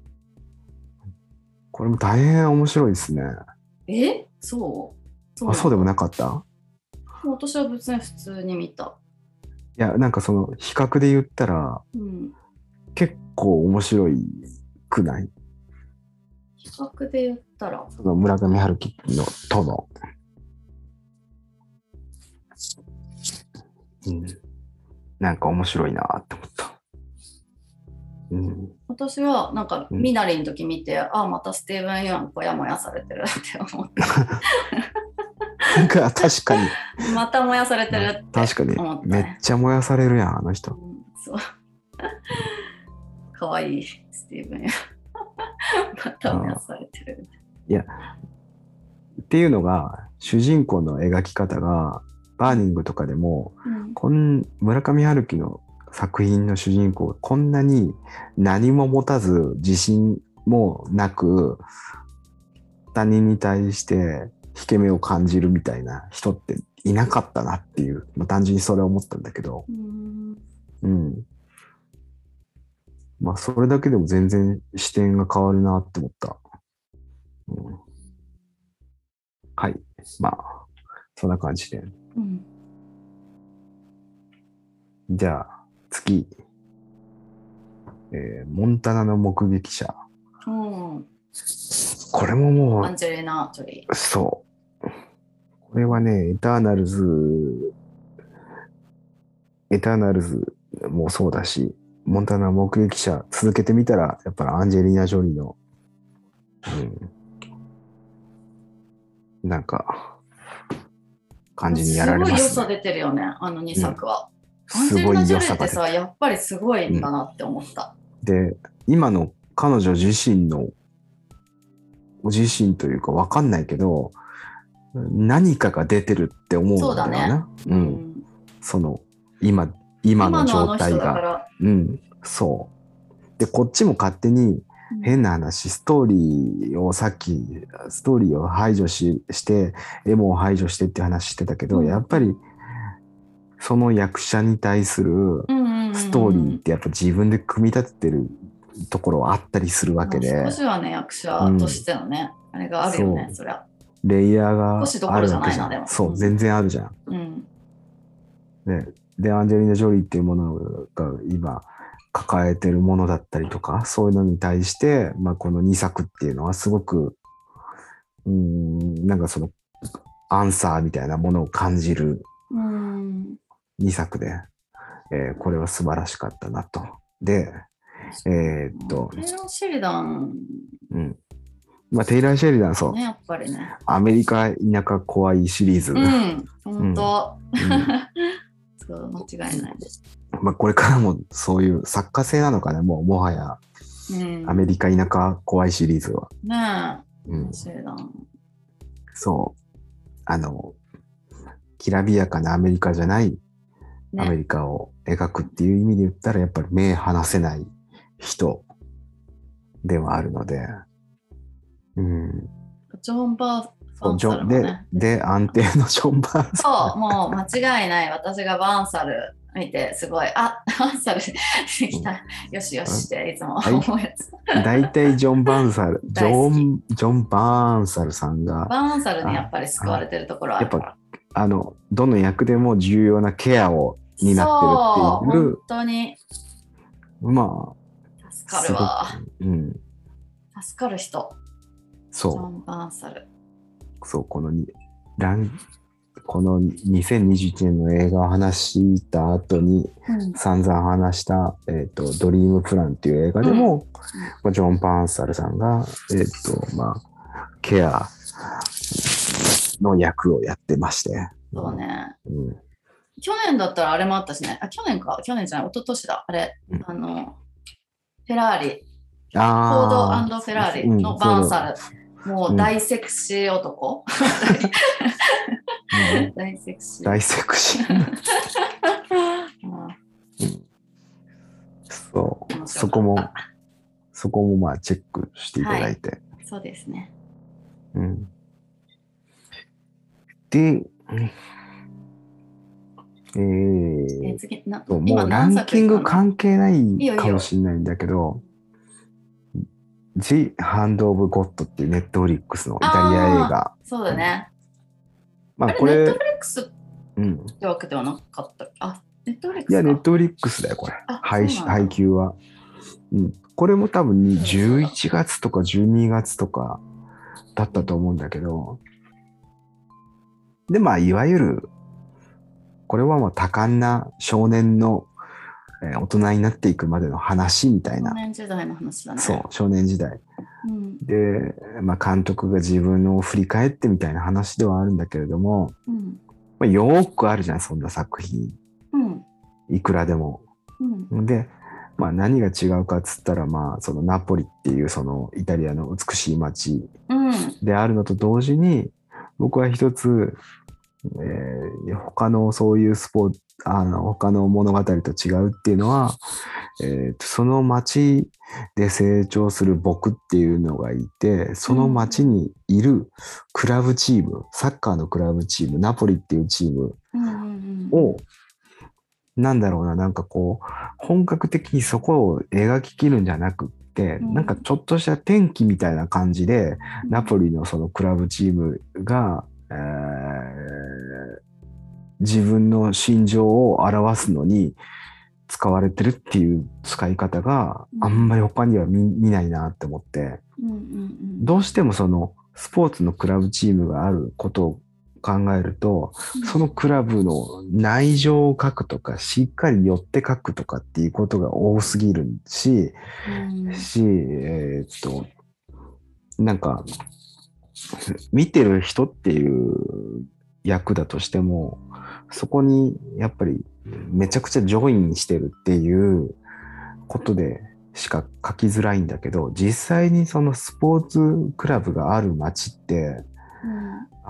これも大変面白いですね。
えそうそう
あ、そうでも
な
なかった
のもう私は別に普通に見た。
いや、なんかその、比較で言ったら、
うん。
結構面白いくない
比較で言ったら。
その村上春樹のとの。うん。なんか面白いなって思った。うん。
私はなんか
うん
ミナリの時見て、あまたスティーブン・ユアンこやもやされてるって思って
なんか <laughs> 確かに。
また燃やされてるって
確かに
思っ。た
めっ
ね、
ちゃ燃やされるやん、あの人。
うんそうかわいいスティーブン・ユ <laughs> アンまた燃やされてる
っていうのが、主人公の描き方が、バーニングとかでも、
うん
こん村上春樹の作品の主人公がこんなに何も持たず自信もなく他人に対して引け目を感じるみたいな人っていなかったなっていう、まあ、単純にそれを思ったんだけど、
うん
うん、まあそれだけでも全然視点が変わるなって思った、うん、はいまあそんな感じで
うん
じゃあ、次。えーモンタナの目撃者。
うん
これもも
アンジェリーナ・ジョリ
う、そう。これはね、エターナルズ、エターナルズもそうだし、モンタナの目撃者続けてみたら、やっぱりアンジェリーナ・ジョリーの、うん、なんか、感
ー
じにやられますす、
ごい良さ出てるよねあの2作は、アンジ
す
ェリ
ご
ー
い
ナ・
良
ジョリ
さ
ーって
が出てる
さやっぱりすごいんだなって思った、
で今の彼女自身の自身というかわかんないけど何かが出てるって思うんだよな
そうだね
う、
うんん
その今今の状態
今のあの人だか
が、
ら、
うん、そうでこっちも勝手に
うん
変な話ストーリーをさっきストーリーを排除ししてエモを排除してって話してたけど、
うん
やっぱりその役者に対する、
うんうんうん
ストーリーってやっぱ自分で組み立ててるところはあったりするわけ
ま
で
あ少しはね役者としてのね、あれがあるよね
そ
そりゃ
レイヤーが
少しどこ
あ
ろ
る
じゃ
わ
ない
け
な
じゃ
でも
んそううん全然あるじゃん。
うん
ね、でアンジェリーナ・ジョリーっていうものが今抱えてるものだったりとかそういうのに対して、まあ、この2作っていうのはすごくうーんなんかそのアンサーみたいなものを感じる
うん
2作で、えーこれは素晴らしかったなと。でえーっと
テ、イラー・シェリダン
うんまあ、テイラー・シェリダンそう
ねやっぱりね
アメリカ田舎怖いシリーズ、
う
うん
ん本当、そう間違いない、
まあ、これからもそういう作家性なのかねもうもはや
うん、
アメリカ田舎怖いシリーズは、
ね
う
え
ん、
シェリダン
そうあのきらびやかなアメリカじゃないアメ
ね
リカを描くっていう意味で言ったらやっぱり目離せない人ではあるので、うん、
ジョン・バー
そ
バ
う
ン
ジ
サ
ョ
ル
ン
も
で
ね
で安定のジョン・バーンさ
そ
ん
うもう間違いない私がバーンサル見てすごいあバーンサルできた、よしよしっていつも思うやつ、 <laughs>
大体ジョン・バーンサル、ジ
大好
ョ
き
ン、ジョン・バーンサルさんが、
バーンサルにやっぱり救われてるところあるから
あの、どの役でも重要なケアを担ってるってい
そう本当に
う、ま
助
あ、
かるわ。
うん。
助かる人、ジョ
そ
ン・バーンサル。
う、そう、このに、ラン、この2021年の映画を話した後に
うん
散々話した、えっ、と、ドリームプランっていう映画でも、まあ、ジョン・バーンサルさんが、えっ、と、まあ、ケアの役をやってまして。
そうね。
うん。
去年だったらあれもあったしね。あ、去年か。去年じゃない。一昨年だ。あれ
うん。
あの、フェラーリ、フォ
あ
ー
あ
ドフェラーリのバーンサル。もう大セクシー男、
うん
<laughs> 大セクシー
大セクシー。
うん
そ
面白かった
う。そこも、そこもまあチェックしていただいて。
そうですね
うん。で、うんえー
え次な
とも
今
うランキング
か
関係ない
よい
い
よ
かもしれないんだけど、The Hand of God っていうネットフリックスのイタリア映画。
そうだね、
まあ
あれ
こ
ネット
れ
フ、リックスっ
うん。
てわけではなかったっけあネットフリック
い
ス
や、
か
ネットフリックスだよ、これ。
あ
配
そうな
信
んだ
配給は。うん。これも多分に
そうだ
11月とか12月とかだったと思うんだけど、で、まあ、いわゆる、これはもう多感な少年の、えー大人になっていくまでの話みたい
少
な、
年時代の話だね
そう、少年時代。
うん
で、まあ、監督が自分を振り返ってみたいな話ではあるんだけれども、
うん
まあ、よーくあるじゃん、そんな作品。
うん
いくらでも。
うん
で、まあ、何が違うかっつったら、まあ、そのナポリっていうそのイタリアの美しい街
うん
であるのと同時に僕は一つ、えー他のそういうスポーツあの他の物語と違うっていうのは、えーとその街で成長する僕っていうのがいてその街にいるクラブチームサッカーのクラブチームナポリっていうチーム
うんうんうん
を、なんだろうな、なんかこう、本格的にそこを描ききるんじゃなくって、
うん
なんかちょっとした天気みたいな感じで、ナポリのそのクラブチームが、えー自分の心情を表すのに使われてるっていう使い方が
うん
あんまり他には見見ないなって思って、
うんうん
どうしてもそのスポーツのクラブチームがあることを考えると、
うん
そのクラブの内情を書くとか、しっかり寄って書くとかっていうことが多すぎるし、
うん
し、えーっと、なんか、見てる人っていう役だとしても、そこにやっぱりめちゃくちゃジョインしてるっていうことでしか書きづらいんだけど、実際にそのスポーツクラブがある街って、
うん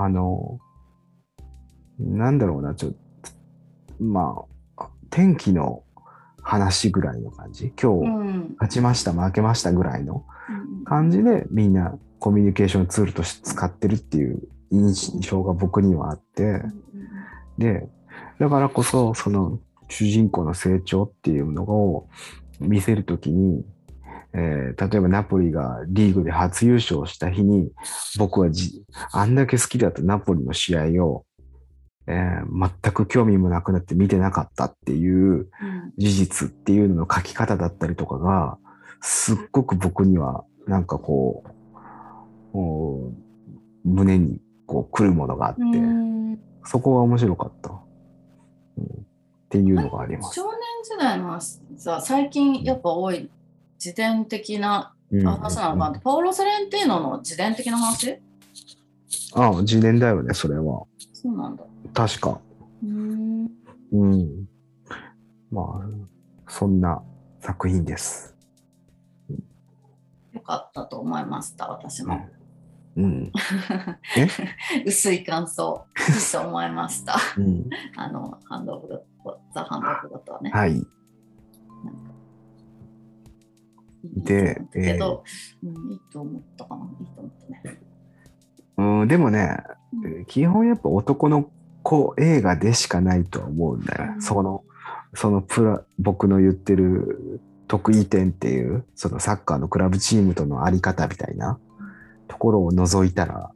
あの、なんだろうな、ちょっと、まあ、天気の話ぐらいの感じ。
う
今日、
ん
勝ちました、負けましたぐらいの
うん
感じで、みんなコミュニケーションツールとして使ってるっていう印象が僕にはあって
う、ん
で、だからこそ、その、主人公の成長っていうのを見せるときに、えー例えばナポリがリーグで初優勝した日に、僕はじあんだけ好きだったナポリの試合を、えー全く興味もなくなって見てなかったっていう
うん
事実っていうのの書き方だったりとかが、すっごく僕には、なんかこう、こう胸にこう来るものがあって、
うん
そこが面白かった。うん、っていうのがあります。
少年時代の話さ最近やっぱ多い自伝的な
うん
話なのかなって、パオロ・ソレンティーノの自伝的な話
ああ、自伝だよね、それは。
そうなんだ。
確か。
うーん
うん。まあ、そんな作品です。
よかったと思いました、私も。
うん。
薄い感想、薄いと思いました。 <laughs>
うん、
あの、ハンドオブゴッド、ザ・ハンドオブゴッドはね。
はい。で
けど、うん、いいと思ったかな、いいと思ったね。
うん、でもね
う、
基本やっぱ男の子映画でしかないとは思うんだよね。
うん
その、そのプラ、僕の言ってる得意点っていう、そのサッカーのクラブチームとのあり方みたいなところを除いたら、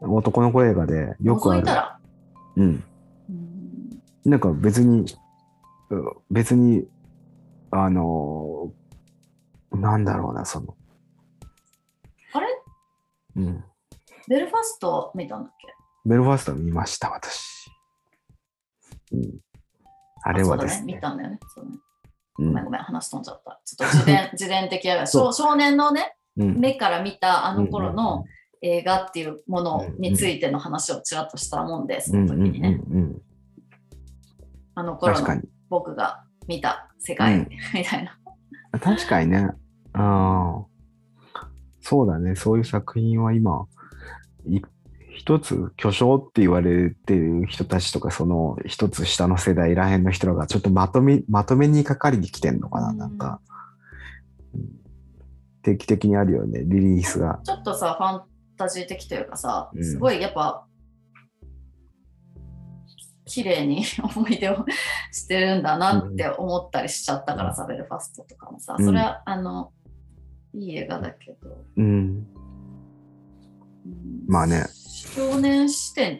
男の子映画でよく
覗
あ
い
る
た。ら、
うん。
うん、
なんか別に、うん別に、あのーなんだろうな、その。
あれ
うん。
ベルファスト見たんだっけ
ベルファースト見ました、私。うん。あ
あ
れは
そう
で
だ
す
ね、見
ね。
たんだよね。そうね
う
ごめんごめん、話飛んじゃった。ちょっと自
<laughs>
伝自伝的映画
そ
少
う
少年のね、
んうん
目から見たあの頃の映画っていうもの
うん
についての話をちらっとしたもんで、そ
うん
の
う
時
んうん
にね、
うん。
あの頃の
確かに。
僕が見た世界
うん
みたいな。
確かにね。うん。そうだね、そういう作品は今、い一つ巨匠って言われてる人たちとか、その一つ下の世代らへんの人らが、ちょっとまとめ、まとめにかかりに来てんのかな、
うん
なんか。うん定期的にあるよね、リリースが。
<laughs> ちょっとさ、ファンタジー的というかさ
う、ん
すごいやっぱ、綺麗に <laughs> 思い出をしてるんだなって思ったりしちゃったからさ、ベルファストとかもさ、
うん
それは、あの、いい映画だけど、
うん。
うん
まあね。
少年視点っ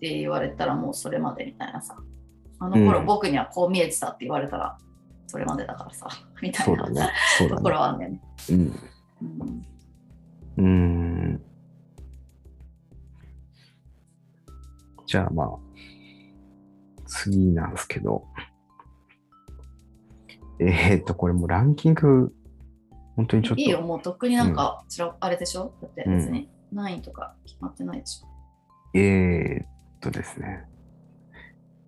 て言われたらもうそれまでみたいなさ、あの頃
うん
僕にはこう見えてたって言われたら、それまでだからさ、みたい
そう
な
だね。そう
と
だ
こ
ね。
ろはあんだよね。
うん。
うん
うーんじゃあまあ、次なんですけど。えー、っと、これもうランキング、本当にちょっと。
いいよ、もうとっくになんか、ちらあれでしょだって別に何位とか決まってないでしょ。
えー、っとですね。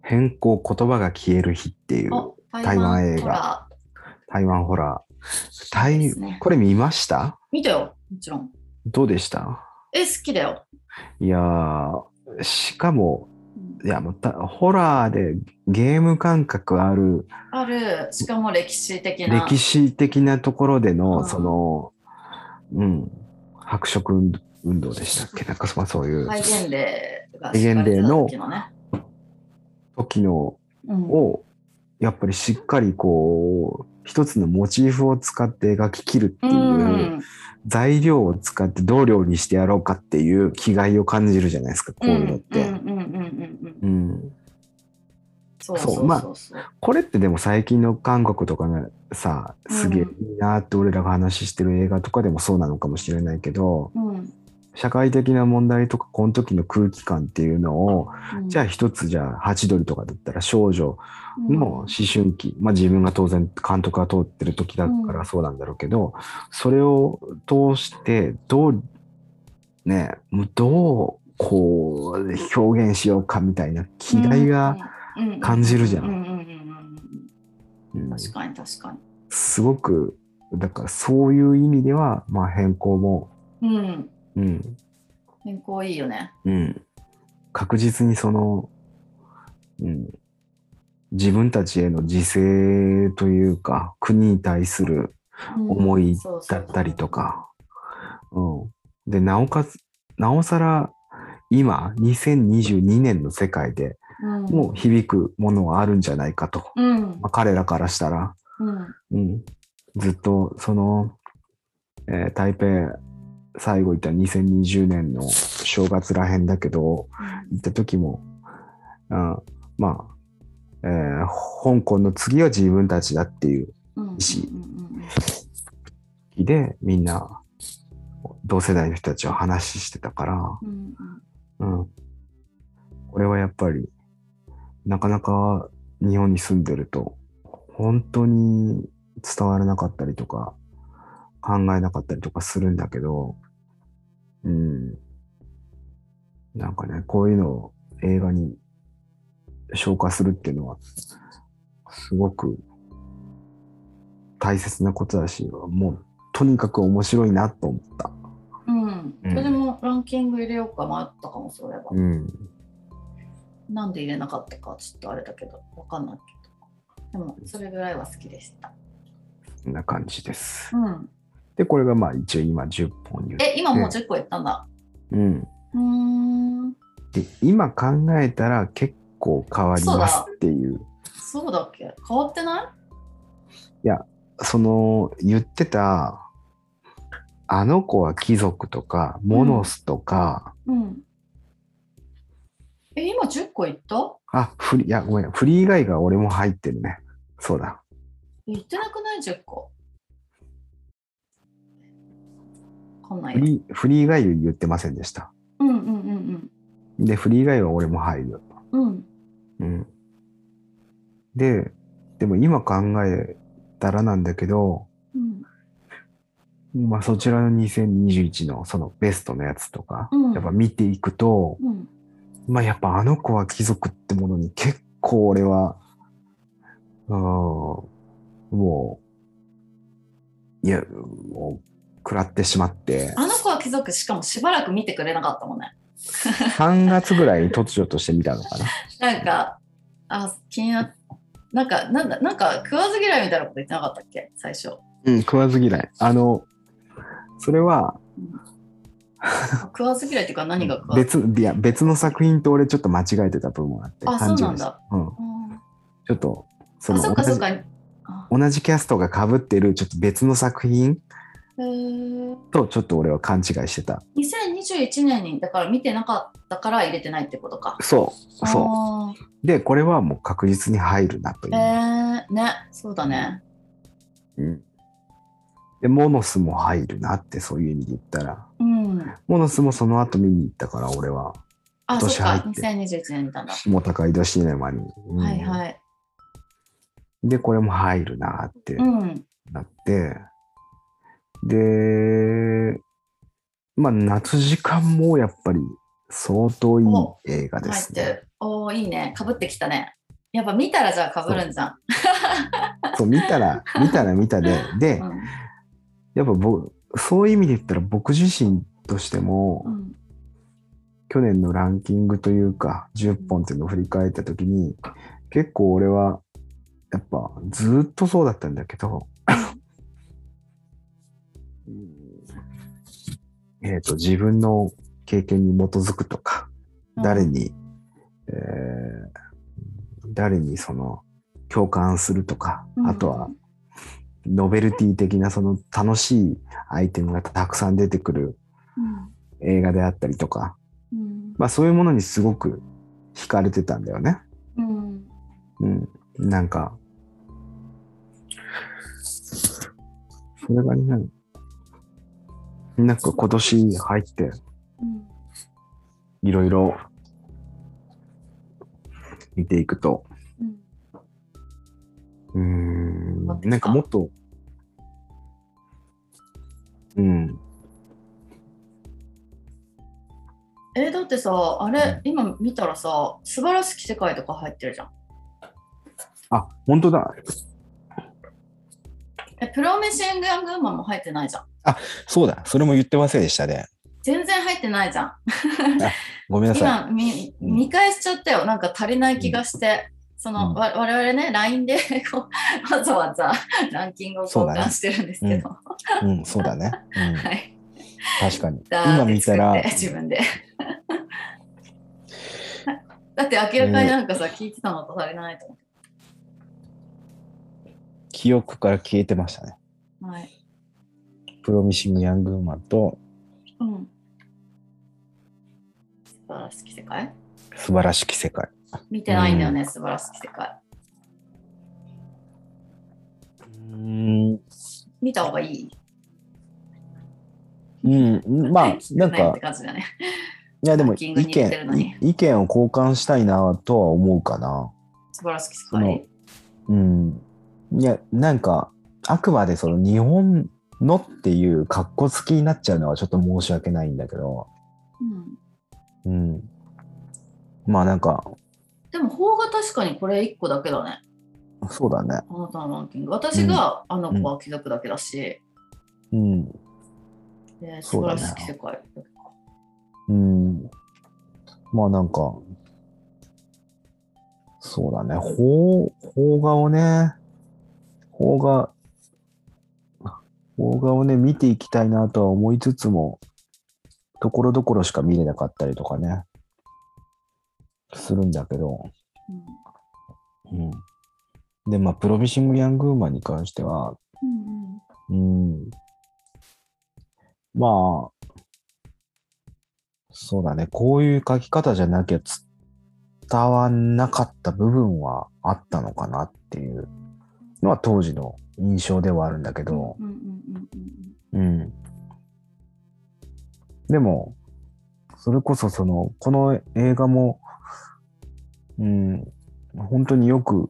変更、言葉が消える日っていう
お
台湾映画
ホラー
台湾ホラー。
いい
台
ですね
これ見ました
見たよ、もちろん。
どうでした
え、好きだよ。
いやー、しかも、
うん
いや、また、ホラーでゲーム感覚ある
ある、しかも歴史的な。
歴史的なところで
うん
の、その、うん、白色運動でしたっけなんかそそういう
戒厳令が
戒厳令の
敷かれてた時のね。
時の
うん
を、やっぱりしっかりこう、一つのモチーフを使って描き切るって
う
いう、
ん
材料を使って同量にしてやろうかっていう気概を感じるじゃないですか、こういうのって。
うんうんうんうんうん
う
うん。
ん、
そう
そう
そう
まあ
そうそう。
これってでも最近の韓国とかがさすげえいいなって俺らが話してる映画とかでもそうなのかもしれないけど、
うん
社会的な問題とかこの時の空気感っていうのを、
うん
じゃあ一つじゃあハチドリとかだったら少女
うん
の思春期、まあ自分が当然監督が通ってる時だか
うん
らそうなんだろうけど、それを通してどうねどうこう表現しようかみたいな気概が、感じるじゃん
うんうんうんうんうん
う
うんん確かに確か
すごくだからそういう意味では、まあ、変更も、
に。うん。
うん、
健康いいよね。
うん、確実にその、うん、自分たちへの自制というか国に対する
うん
思い
そうそう
だったりとか、うん、でなおかつなおさら今2022年の世界で
うん
もう響くものはあるんじゃないかと、
うん
まあ、彼らからしたら、
うん
うん、ずっとその、えー台北最後行った2020年の正月らへんだけど、行った時も、あまあ、えー香港の次は自分たちだっていう
うん
し
うん
気でみんな同世代の人たちは話してたか
うんうん
ら、うん、これはやっぱりなかなか日本に住んでると本当に伝わらなかったりとか考えなかったりとかするんだけど、うん、なんかねこういうのを映画に消化するっていうのはすごく大切なことだしもうとにかく面白いなと思った。
うんうん
うん
それもランキング入れようか迷ったかもそういえば、
うん
なんで入れなかったかちょっとあれだけどわかんないけどでもそれぐらいは好きでした、
そんな感じです。
うん、
で、これがまあ一応今10本言う。
え今もう10個いったんだ
うん。
うーん
で、今考えたら結構変わりますっていう、
そうだっけ変わってな
その言ってた、あの子は貴族とか、モノスとか、
いうんえ今10個いった
あ、フリー、いや、ごめん、フリー以外が俺も入ってるね。そうだ。
えいってなくない10個わかんない
フ
よ
リー、フリー以外言ってませんでした。
うんうんうん
で、フリー以外は俺も入る。
うんうん
うん。で、でも今考えたらなんだけど、
うん
まあ、そちらの2021のそのベストのやつとか、
うん
やっぱ見ていくと、
うん
まあ、やっぱあの子は貴族ってものに結構俺は、うん、もう、いや、もう食らってし
<laughs>
まって、
あの子は貴族しかもしばらく見てくれなかったもんね。
3月ぐらいに突如として見たのかな。
なんか、あ、気になっなんか、なんだ、なんか食わず嫌いみたいなこと言ってなかったっけ最初。
うん、食わず嫌い。あの、それは
食わず嫌いっていうか何が食わず
別いや別の作品と俺ちょっと間違えてた部分があって、
あ
勘違い
そうなん
し
だ
た。うん、
うん
ちょっと、そ
あ、
の
そっか
同
そっ
じ
か。あ
同じキャストが被ってるちょっと別の作品
へー
とちょっと俺は勘違いしてた。
2021年にだから見てなかったから入れてないってことか。
そう、そ
あ
う。で、これはもう確実に入るなとい
ー
う。
えー、ね、そうだね。
うんで、モノスも入るなって、そういう意味で言ったら。
うん。
モノスもその後見に行ったから、俺は、
あ、そっ
年
か
入っ、て
2021年にいたんだ。
下高井戸シネマに。うん
はいはい。
で、これも入るなって
うん。
なって、で、まあ、夏時間もやっぱり相当いい
お
映画で
入っ
す
て
ね。
る。おおいいね。かぶってきたね。やっぱ見たらじゃあかぶるんじゃん。
そう、見たら、見たら見たで、
<laughs>
で、
うん
やっぱ僕、そういう意味で言ったら僕自身としても、
うん
去年のランキングというか10本っていうのを振り返った時に結構俺はやっぱずーっとそうだったんだけどうんえーと自分の経験に基づくとか誰に、えー誰にその共感するとか、
うん
あとはノベルティ的なその楽しいアイテムがたくさん出てくる映画であったりとか、
うん
まあ、そういうものにすごく惹かれてたんだよね。
うん
うん、なんか、それがね、なんか今年入って
うん
いろいろ見ていくと、
うん
うーん
持ってき、た
なんかもっと、うん、
えーだってさあれ今見たらさ「素晴らしき世界」とか入ってるじゃん。
あ、本当だ、
えプロミシング・ヤング・ウーマンも入ってないじゃん。
そうだ、それも言ってませんでしたね。
全然入ってないじゃん。
ごめんなさい。
今見
うん
見返しちゃったよなんか足りない気がして、その、
うん
わ我々ね LINE でこう <laughs> わざわざランキングを交
そうだ
換
ね
してるんですけど、
うん、そうだね。うん、
はい
確
<laughs>
かに。
だー
今見たら
って作って自
<laughs>
分でだって明らかになんかさ、聞いてたのと足りないと思
記憶から消えてましたね。
うはい
プロミシング・ヤング・ウーマンと
うん素晴らしき世界
素晴らしき世界。
見てないんだよね、素晴らしき世界
うん、
見た方がいい
うん、まあ、なん
見ていっ
か
て、感じだね
いやでも
ラン
意
キングに入れてるのに
見、意見を交換したいなとは思うかな。
素晴らしき世界
うん。いや、なんか、あくまでその日本のっていう格好つきになっちゃうのはちょっと申し訳ないんだけど、
うん
うん。まあなんか、
でも邦が確かにこれ1個だけだね
そうだね。
あなたのランキング。私が、あの子は貴族だけだし、
うん。
で素
そう
晴
だ
ら
ね
しき世界。
うん。まあなんか、そうだね。邦邦画をね、邦画、邦画をね、見ていきたいなとは思いつつも、ところどころしか見れなかったりとかね、するんだけど、
うん
うん。で、まあ、プロミシング・ヤング・ウーマンに関しては、
うんうん
うん。まあ、そうだね。こういう書き方じゃなきゃ伝わんなかった部分はあったのかなっていうのは当時の印象ではあるんだけど、
うんうんうんうん
うん。でも、それこそその、この映画も、うん、本当によく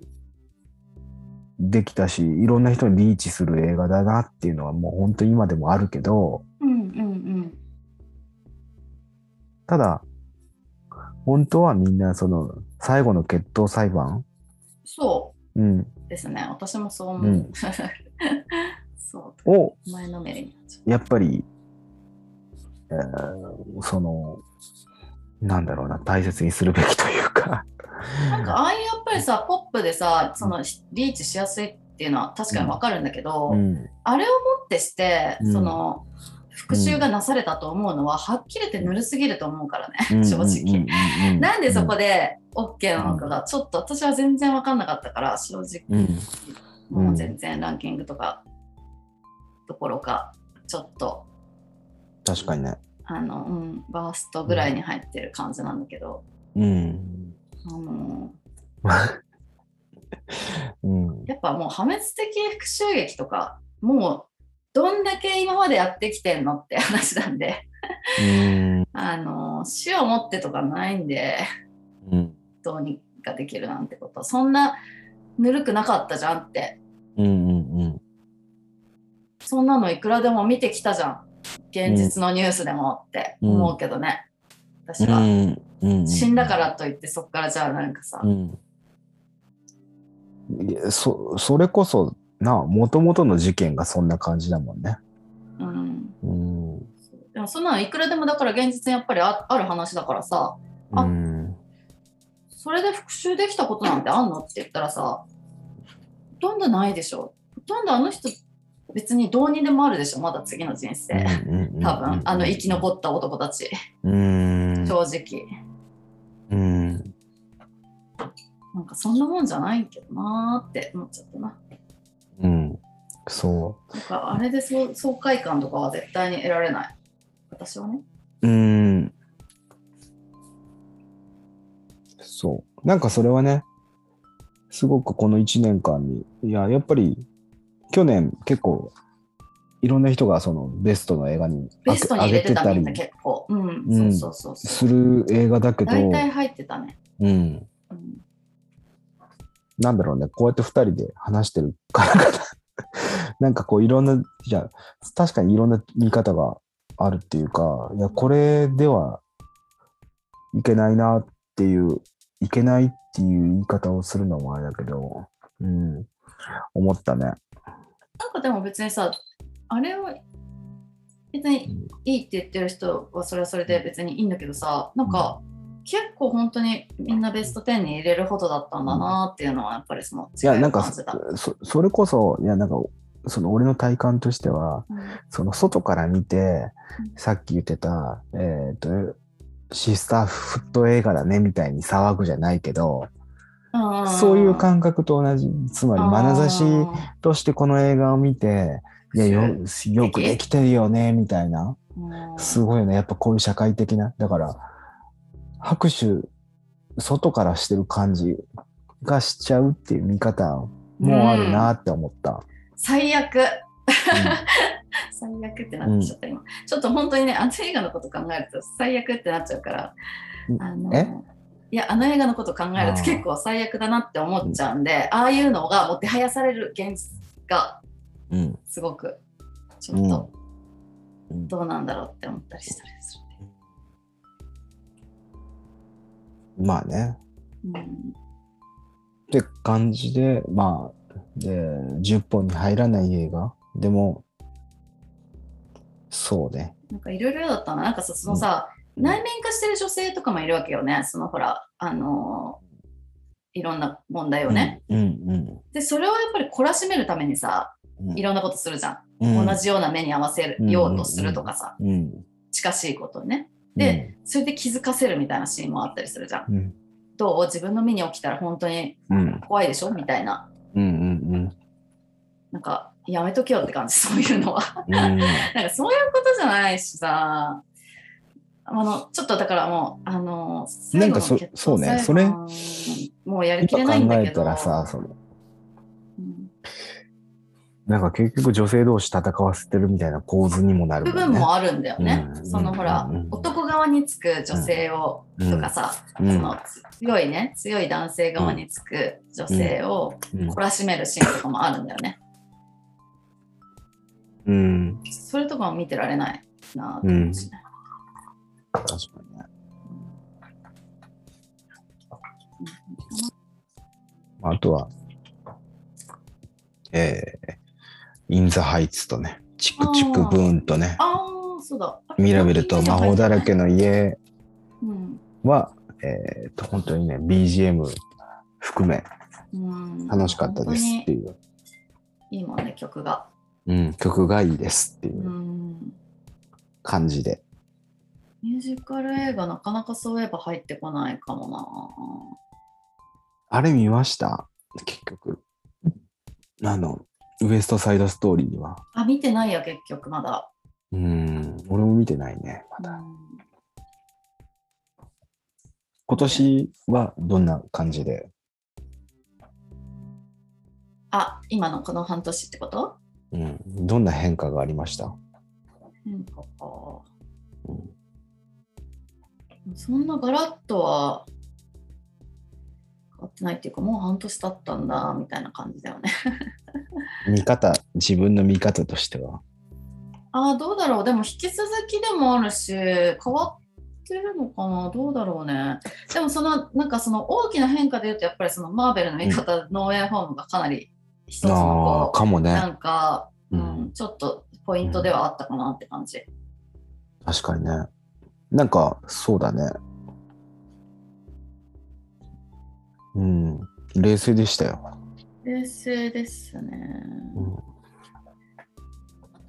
できたし、いろんな人にリーチする映画だなっていうのはもう本当に今でもあるけど、
うんうんうん
ただ、本当はみんなその、最後の決闘裁判、
そ
うん、
うですね。私もそう思う。
うん
<laughs> そう
を、
前のめりになっちゃ
やっぱり、えーその、なんだろうな、大切にするべきというか、
うなんかああいうやっぱりさポップでさそのリーチしやすいっていうのは確かにわかるんだけど、
うん、
あれをもってして、
うん
その復習がなされたと思うのは、はっきり言ってぬるすぎると思うからね、正直、
直
なんでそこ
で、
で OK なのかがちょっと私は全然分かんなかったから正直、
うんうん
もう全然ランキングとかどころかちょっと
確かにね。
あの、うん、バーストぐらいに入ってる感じなんだけど、
うん。
あの
うん。
やっぱもう破滅的復讐劇とかもうどんだけ今までやってきてんのって <laughs> 話なんで。
うん
あの死を持ってとかないんで
うん。
どうにかできるなんてことそんなぬるくなかったじゃんって
うんうんうん。
そんなのいくらでも見てきたじゃん現実のニュースでもって思うけどね、私は、
うんうん
死んだからといってそっからじゃあなんかさ、
うん、いやそそれこそなもともとの事件がそんな感じだもんね。
うん
うん
でもそんなのいくらでもだから現実にやっぱりあある話だからさあ
うん
それで復讐できたことなんてあんのって言ったらさほとんどないでしょほとんどあの人別にどうにでもあるでしょまだ次の人生。多分あの生き残った男たち
うん
正直
うん
なんかそんなもんじゃないけどなーって思っちゃったな
うんそ
なんかあれでそう爽快感とかは絶対に得られない私はね
ううんそうなんかそれはねすごくこの1年間にいややっぱり去年結構いろんな人がそのベストの映画にあ
ベストに入れてた
あ
みんな結構うん、
うん
そうそうそうそ
する映画だけ
う
ど、
大体入ってたね、
うん、
うん、
なんだろうね、こうやって2人で話してるからか <laughs> ななんかこういろんな、じゃあ確かにいろんな見方があるっていうか、いや、これではいけないなっていう、いけないっていう言い方をするのもあれだけど、うん、思ったね。
なんかでも別にさあれを別にいいって言ってる人はそれはそれで別にいいんだけどさなんか結構本当にみんなベスト10に入れるほどだったんだなーっていうのはやっぱりその
いや、なんか
感じた
そ、それこそ、いや、なんか、その俺の体感としては、
うん
その外から見て
うん、
さっき言ってた、えっ、と、シスターフット映画だねみたいに騒ぐじゃないけど、
ん
そういう感覚と同じ、つまり眼差し
あ
としてこの映画を見て、いや、よよくできてるよね、みたいな。
ーうん
すごいよね。やっぱこういう社会的な。だから、拍手、外からしてる感じがしちゃうっていう見方もあるなって思った。
最悪最悪ってなっちゃった今、ちょっと本当にねあの映画のこと考えると最悪ってなっちゃうから
うん
あ
え
のいやあの映画のこと考えると結構最悪だなって思っちゃうんでああいうのがもてはやされる現実が
うん。うん
すごくち
う
ょっ
ん
と
うん
どうなんだろうって思ったりしたりす
まあね。
るね、うん
って感じで、まあ、で、10本に入らない映画。でも、そうね。
なんかいろいろだったな。なんかさ、そのさ、
うん
内面化してる女性とかもいるわけよね。そのほら、あのーいろんな問題をね、
うんうん
で、それをやっぱり懲らしめるためにさ、
うん。
いろんなことするじゃ。
うんん
同じような目に合わせようとするとかさ、
うん。
近しいことをね。でそれで気づかせるみたいなシーンもあったりするじゃん。
うん、うん
どう自分の目に起きたら本当に
うん
怖いでしょみたいな。
うんうん
なんか、やめとけよって感じ、 <laughs> そういうのは。
うん。
なんかそういうことじゃないしさ、あの、ちょっとだからもう、あの、
なんか
最後の
そ
決闘
そうね
最後のもうやりきれないん
今考
だ
え
けど。
たらさ、その、
うん
なんか結局女性同士戦わせてるみたいな構図にもなる
部
んね、
分もあるんだよね。
うん
そのほら、
うん
男側につく女性を、
うん
とかさ、
うん
その強いね、強い男性側につく女性を
うん
懲らしめるシーンとかもあるんだよね。
うん。
それとかも見てられないなぁ、
うん
と思うしね
確かにね。あとは、えーイン・ザ・ハイツとね、チクチクブーンとね、
ああ、そうだ。あれ
ミラベルと魔法だらけ。の家
うん。
は、えっと、本当にね、BGM 含め
うん、
楽しかったですっていう、
本当にいいもんね、曲が。。
うん、曲がいいですっていううん感じで。
ミュージカル映画、なかなかそういえば入ってこないかもな。
あれ見ました結局。あの、ウエストサイドストーリーには。
あ、見てないや、結局、まだ。
うん、俺も見てないね、まだ。
うん
今年はどんな感じで
あ、今のこの半年ってこと
うん、どんな変化がありました、
変化か。
うん
そんなガラッとは変わってないっていうか、もう半年経ったんだ、みたいな感じだよね。 <laughs>
見方自分の見方としては、
ああ、どうだろう。でも引き続きでもあるし、変わってるのかな。どうだろうね。でもその、なんかその大きな変化で言うと、やっぱりそのマーベルの見方、ノーエイホームがかなり一つの
あ
こ
あかも
う、
ね
なんか、
う
うんん、ちょっとポイントではあったかなって感じ。
確かにねなんかそうだねうん冷静でしたよ、
冷静ですね。
うん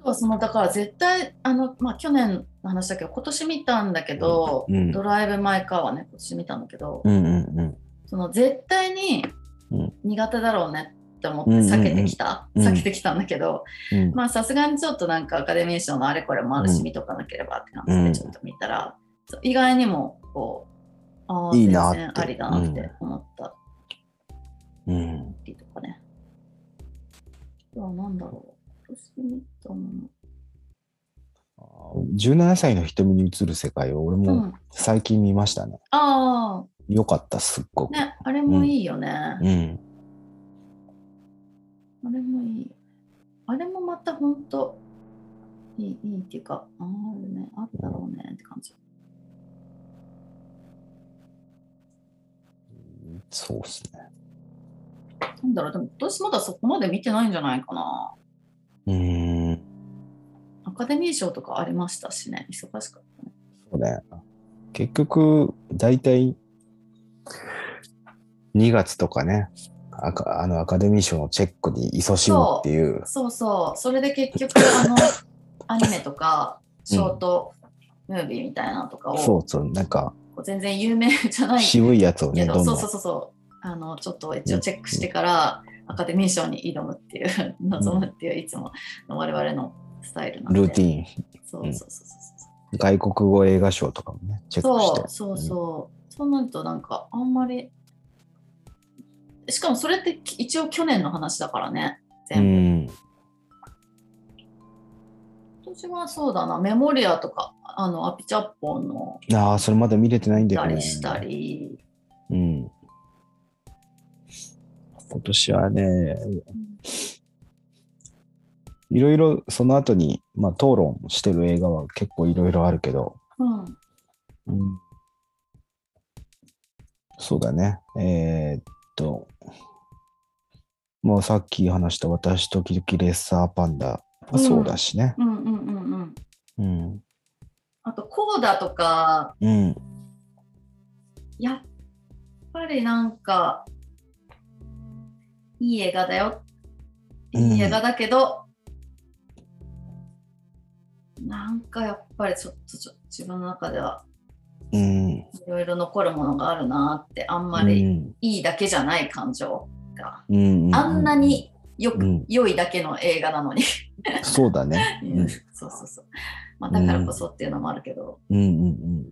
あとはそのだから絶対あの、まあ、去年の話だけど今年見たんだけど、
うん
ドライブ・マイ・カーはね今年見たんだけど、
うんうんうん
その絶対に
うん
苦手だろうねって思って避けてきた、
うんうんうん
避けてきたんだけど、
うん
まあさすがにちょっとなんかアカデミー賞のあれこれもある
う
し
ん
見とかなければって感じでちょっと見たら、そう意外にもこうああ
いい
全
なって
然ありだなって思った
うん
りとかね。あとは何だろう今年見たもの
17歳の瞳に映る世界を俺
う
も
ん、
最近見ましたね、
あ
よかったすっご
あ、
く、
ね、あれもいいよね。
うん
あれもいい。あれもまた本当いい、いいっていうか、ああるね、あったろうねって感じ。
そうですね
なんだろう、でも今年まだそこまで見てないんじゃないかな。
うん
アカデミー賞とかありましたしね、忙しかったね。
そうね。結局、大体、2月とかね、あかあのアカデミー賞のチェックに勤しむっていう、
そうそう、それで結局、
<laughs>
あの、アニメとか、ショートムービーみたいなのとかを、
そうそう、なんか
こう全然有名じゃない
渋いやつをね、
け
ど
ど、
んど
そ
ん
うそうそうそう、あの、ちょっと一応チェックしてから、アカデミー賞に挑むっていう、 <laughs> 臨むっていう、いつもの我々のスタイルなんで。
ルーティーン、
そうそうそうそ
外国語映画賞とかもね、チェックし
う。
て。
そうそうそう。そうなるとなんかあんまり。しかもそれってき一応去年の話だからね。
う
全部。
ん、
今年はそうだな、メモリアとか、あの、アピチャッポンの
ああ、それまだ見れてないん
見
だ
た
よね
り。したり。
うん、今年はね、いろいろその後に、まあ、討論してる映画は結構いろいろあるけど、
うん。
うんそうだね。えーっと、もうさっき話した私とキルキレッサーパンダはそうだしね。
うんうんうんうん。
うん。
あと、コーダとか、
うん。
やっぱりなんか、いい映画だよ。いい映画だけど、なんかやっぱりちょっとちょ自分の中では
うん。
いろいろ残るものがあるなって、あんま
う
り
ん
いいだけじゃない感情が。
うん。
あんなによく、
うん
良いだけの映画なのに。
そうだね。うん
<laughs> そうそうそう。まあ、だからこそっていうのもあるけど、
うんうん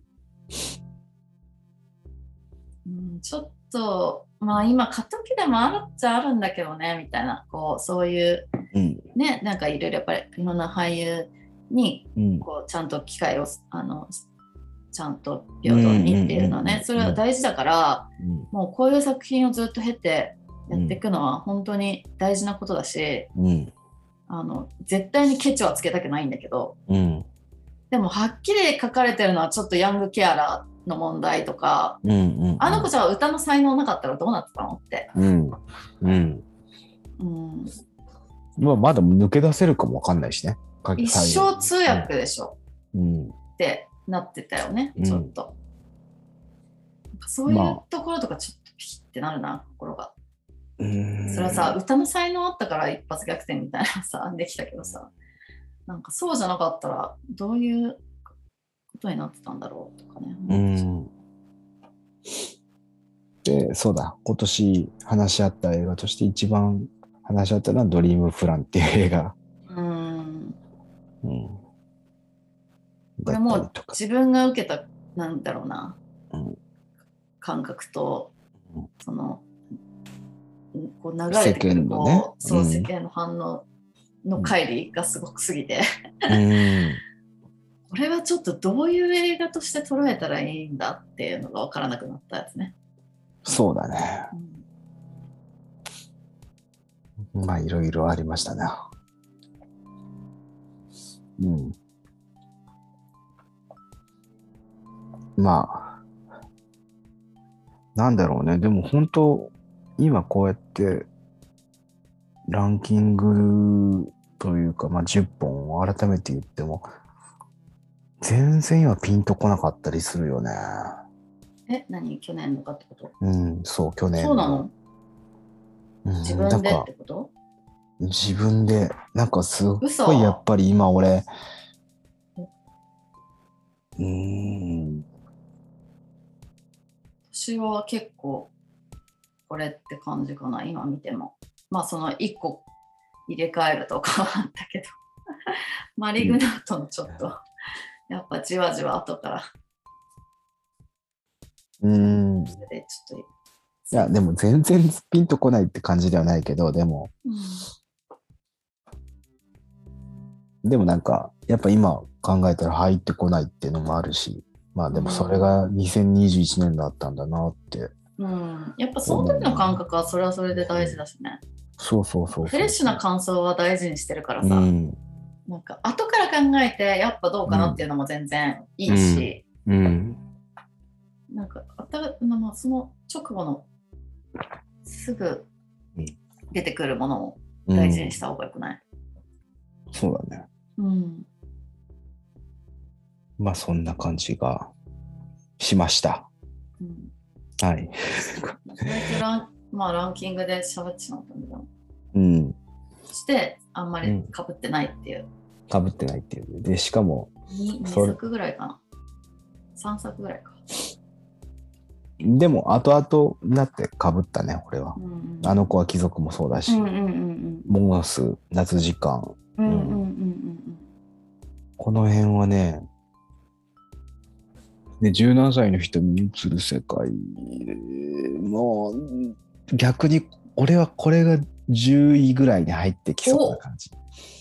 うん、ちょっと、まあ今過渡期でもあるっちゃあるんだけどね、みたいな、こう、そういう
うん。うん
ね、なんかいろいろやっぱりいろんな俳優に
うん。
こうちゃんと機会をあのちゃんと平等にっていうのは
うんうんうんう
ね
ん
それは大事だから
うん
もうこういう作品をずっと経てやっていくのは本当に大事なことだし、
うん。
あの絶対にケチはつけたくないんだけど
うん。
でもはっきり書かれてるのはちょっとヤングケアラーの問題とか
うん。うん。
あの子じゃあ歌の才能なかったらどうなってたのって、
うん。うん。
うん、
まあ、まだ抜け出せるかもわかんないしね。か
一
最
生
後
通訳でしょ、
うん。
ってなってたよね
うん
ちょっと、なんかそうい
ま
うところとかちょっとピキってなるな心が
うん
それはさ、、歌の才能あったから一発逆転みたいなさ <laughs> できたけどさなんかそうじゃなかったらどういうことになってたんだろうとかね、
うん。で、そうだ、今年話し合った映画として一番話し合ったのはドリームプランっていう映画。
うん
うん。
これ
だ
も
ったり
う
とか。
自分が受けたなんだろうな、
うん
感覚と
うん
そのんこう流れてく
世
る
間
こう
のね
そううん世間の反応の乖離がすごくすぎて、 <laughs>
うん。
これはちょっとどういう映画として捉えたらいいんだっていうのが分からなくなったやつね。
そうだね。
うん
まあ、いろいろありましたね。うん。まあ、なんだろうね。でも本当、今こうやって、ランキングというか、まあ、10本を改めて言っても、全然今ピンとこなかったりするよね。
え何去年のかってこと
うん、そう、去年。
そうなの
うん
自分
だ
で
から
ってこと
自分でなんかすっご
嘘
いやっぱり今俺うーん
私は結構これって感じかな今見てもまあその1個入れ替えるとか <laughs> はあったけどマリグナントのちょっとやっぱじわじわ後から
うーんい
それでちょっと
やでも全然ピンとこないって感じではないけどでもでもなんかやっぱ今考えたら入ってこないっていうのもあるしまあでもそれが2021年だったんだなって
うん、うん、やっぱその時の感覚はそれはそれで大事だしね
そうそうそうそう
フレッシュな感想は大事にしてるからさ、
うん
なんか後から考えてやっぱどうかなっていうのも全然いいし、
うん
なんか、あたまあ、その直後のすぐ
うん
出てくるものを
うん
大事にした方がよくない、
そうだね
うん、
まあそんな感じがしました
うん。
はい
それとラン,、まあ、ランキングで喋ってしまったんだけど、
うん
そしてあんまりかぶってないっていう、
かぶってないっていうでしかも
二二
それ
作ぐらいかな、3作ぐらいか。
でも後々になってかぶったね俺は
う、んうん、
あの子は貴族もそうだし、
うんうんうん
モンス夏時間
うん。うんうんうんうん
この辺はねね17歳の人に映る世界もう逆に俺はこれが10位ぐらいに入ってきそうな感じ、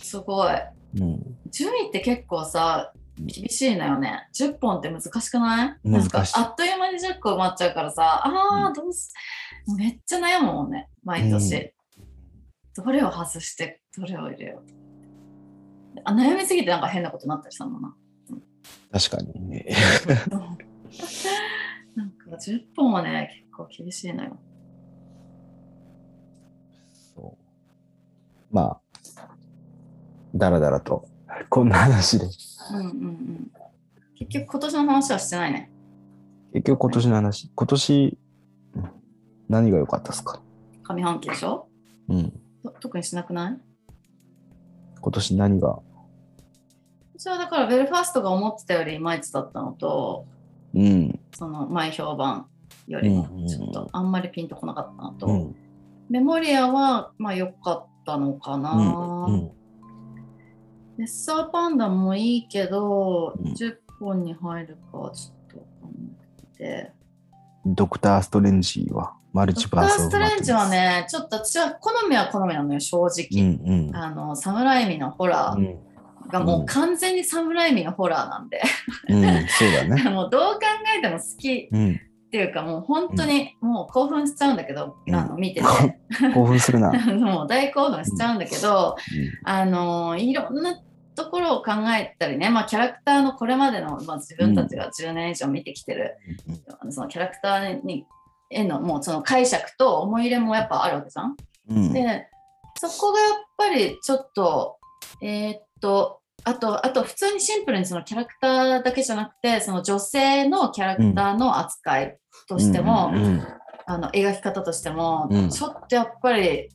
すごい。
うん、
順位って結構さ、厳しいのよね。10本って難しくない
難
な
しい
んかあっという間に10個埋まっちゃうからさ、あ
う
あ、どうす、めっちゃ悩むもんね、毎年。どれを外して、どれを入れようあ悩みすぎてなんか変なことになったりしたもんな。
確かにね
なんか10本はね、結構厳しいのよ。
そうまあだらだらとこんな話で
うんうんうん。結局今年の話はしてないね。
結局今年の話、今年うん何が良かったですか、
上半期でしょ
うん、
と特にしなくない
今年何が
私はだからベルファーストが思ってたよりいまいちだったのと、
うん、
その前評判より
うんうんう
も
ん
ちょっとあんまりピンとこなかったのと、
うん、
メモリアはまあ良かったのかな、
うん、
レッサーパンダもいいけど、
うん
10本に入るかはちょっと分かんなくて
ドクター・ストレンジはマル
ド
チ
ク
バ
ター・
ース
ストレンジはねちょっと私は好みは好みなのよ正
う
直、
ん
あのサムライミのホラ
うん、うん、
ーがもう完全にサムライミのホラー
<laughs>
なんで、
うん、そうだね。
もうどう考えても好き
うん、 <laughs>
っていうかもう本当にもう興奮しちゃうんだけど、
うん
あの見てて。
興奮するな。
<laughs> あの大興奮しちゃうんだけど、あのいろんなところを考えたりね、まあ、キャラクターのこれまでの、まあ、自分たちが10年以上見てきてる、そのキャラクターにへのもうその解釈と思い入れもやっぱあるわけじゃん。
うん、うん、
でそこがやっぱりちょっと、えーっと、あと、あと普通にシンプルにそのキャラクターだけじゃなくて、その女性のキャラクターの扱いとしても、
うんうん
あの描き方としても、
うん
ちょっとやっぱり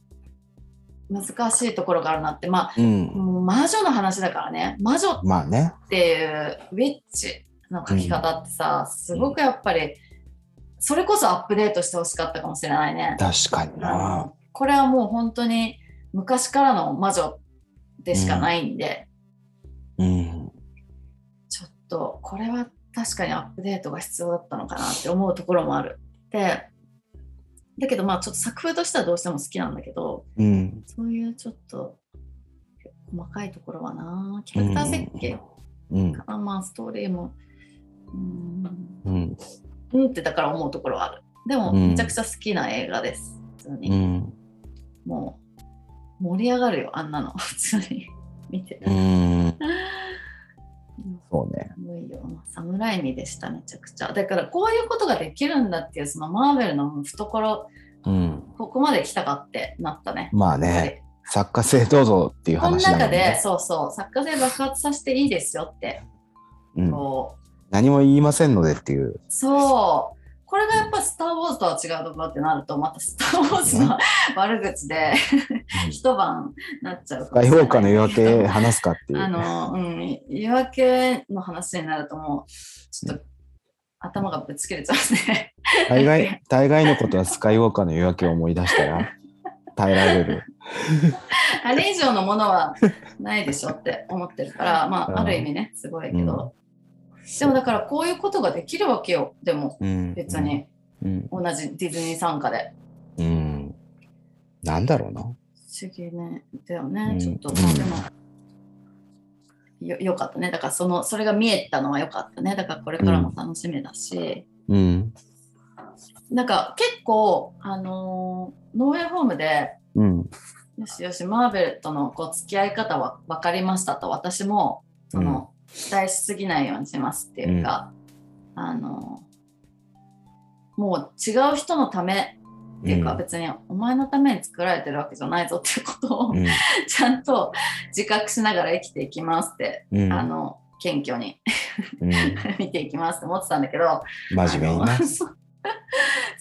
難しいところがあるなって、ま
う
あ、
ん
もう魔女の話だからね、魔女っ
まあね。
ていうウィッチの描き方ってさ、すごくやっぱり、それこそアップデートしてほしかったかもしれないね。
確かにな。
これはもう本当に昔からの魔女でしかないんで、
うん。
ちょっとこれは確かにアップデートが必要だったのかなって思うところもある。でだけどまあちょっと作風としてはどうしても好きなんだけど
うん。
そういうちょっと細かいところはなキャラクター設計
うん。
かな、まあストーリーもうーん
うん。
うんってだから思うところはあるでも
うん
めちゃくちゃ好きな映画です普通に。
うん。
もう盛り上がるよあんなの <laughs> 普通に見てた
う
ら。
ん。
うん
そうね。
すごいよ侍にでしためちゃくちゃだからこういうことができるんだっていうそのマーベルの懐
うん。
ここまで来たかってなったね。
まあね、作家性どうぞっていう
この
話だもん
中で
ね。
そうそう作家性爆発させていいですよって、
うん
こ
何も言いませんのでっていう
う。そうこれがやっぱ「スター・ウォーズ」とは違うところってなるとまた「スター・ウォーズ」の <laughs> 悪口で一晩なっちゃう
外
もしれない
評価の夜明け話すかってい
あの、
う。
うん、言い訳の話になるともう、ちょっと頭がぶつけれちゃうね。
大概、大概のことはスカイウォーカーの夜明けを思い出したら耐えられる。
<laughs> あれ以上のものはないでしょって思ってるから、ま
うん
あ、ある意味ね、すごいけど。でもだから、こういうことができるわけよ。でも、
うん
別。に、
うん。
同じディズニー傘下で。
うん。なんだろうな。
不思議ね。だよ
う
ね、
ん
ちょっと、
うん
まあでも。よよかったね。だから、その、それが見えたのはよかったね。だから、これからも楽しみだし。
うん。
なんか結構、あのーノーウェイホームで
うん。
よしよしマーベルとのこう付き合い方は分かりましたと私もその、期待しすぎないようにしますっていうか、あのーもう違う人のためっていうか、別にお前のために作られてるわけじゃないぞっていうことを、
うん。
<laughs> ちゃんと自覚しながら生きていきますって、
うん。
あの謙虚に <laughs>
うん。
見ていきますって思ってたんだけど、
真面目に
あ
な。
のそう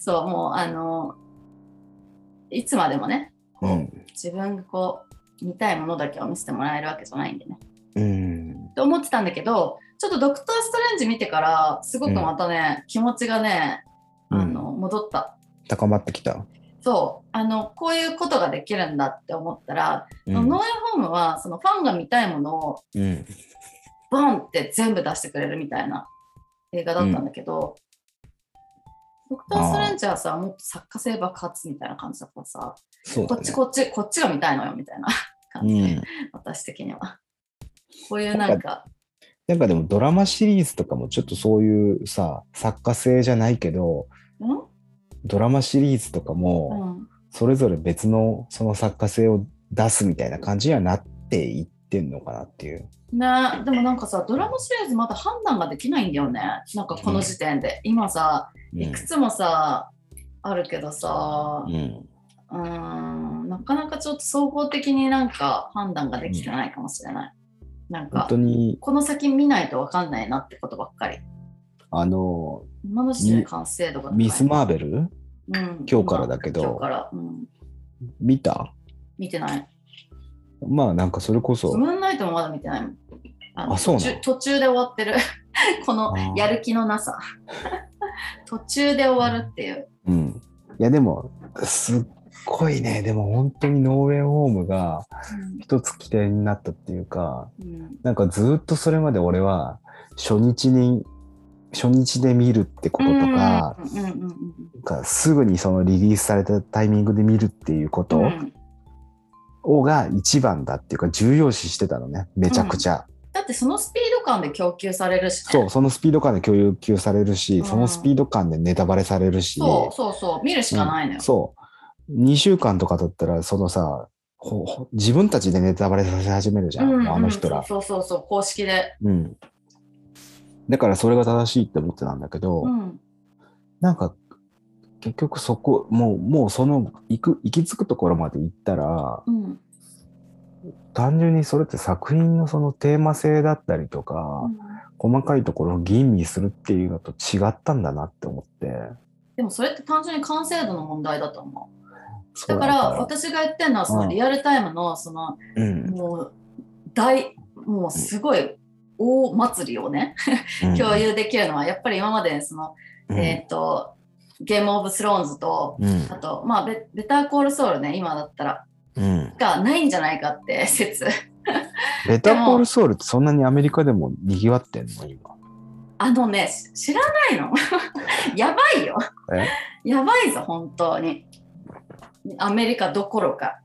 <laughs> そうもうあのいつまでもね
うん。
自分がこう見たいものだけを見せてもらえるわけじゃないんでね
うん。
と思ってたんだけどちょっと「ドクター・ストレンジ」見てからすごくまたね、気持ちがねあの戻った、
高まってきた。
そうあのこういうことができるんだって思ったら、
う
ノーウェイ
ん。
ホームはそのファンが見たいものを
うん。
ボンって全部出してくれるみたいな映画だったんだけど、ドクター・ストレンジはさ、もっと作家性爆発みたいな感じだからさ、
そう
こ
だ
っ
ね
ちこっち、こっちが見たいのよみたいな <laughs> 感じ、
うん。
私的には。こういうなんか、
なんかでもドラマシリーズとかもちょっとそういうさ作家性じゃないけど
うん
ドラマシリーズとかも
うん
それぞれ別のその作家性を出すみたいな感じにはなっていってんのかなっていう。
ね、でもなんかさドラマシリーズまだ判断ができないんだよねなんかこの時点で、今さ
うん
いくつもさ、あるけどさ
うん
うーんなかなかちょっと総合的になんか判断ができてないかもしれない、なん
本
か
当に
この先見ないと分かんないなってことばっかり。
あの
今の時点で完成度が高い
ミス・マーベル
うん
今日からだけど
今日から、うん、
見た
見てない。
まあなんかそれこ
ム
そ
ーンナイトもまだ見てないもん。あの
あそうな
途
の
中途中で終わってる。 <laughs> この
あー
やる気のなさ。 <laughs> 途中で終わるっていう。
うんいやでもすっごいねでも本当にノーウェイホームが一つ起点になったっていうか
うんうん
なんかずーっとそれまで俺は初日に初日で見るってこととか,、
うんうんうん
なんかすぐにそのリリースされたタイミングで見るっていうこ
うんう
と
ん
をが一番だっていうか重要視してたのねめちゃくちゃ、
だってそのスピード感で供給されるし、ね、
そうそのスピード感で共有されるし、
うん
そのスピード感でネタバレされるし
そうそうそう見るしかないのよ
うん。そう2週間とかだったらそのさほほ自分たちでネタバレさせ始めるじゃん、
うんうん
もうあの人ら、
そうそうそう公式で。
うん、だからそれが正しいって思ってたんだけど、
うん
なんか結局そこもうもうその行く行き着くところまで行ったら
うん
単純にそれって作品のそのテーマ性だったりとか、
うん
細かいところを吟味するっていうのと違ったんだなって思って
でもそれって単純に完成度の問題だと思う
そ
だ
う
か
だ
ら私が言ってるのはそ
うん
のリアルタイムのその
うん
もう大もうすごい大祭りをね
うん
共有できるのはやっぱり今までその、えっ、とゲームオブスローンズと
うん
あとまあベベターコールソウルね今だったら
うん、
がないんじゃないかって説
ベターコールソウルってそんなにアメリカでもにぎわってんの今
あのねし知らないの <laughs> やばいよ
え
やばいぞ本当にアメリカどころか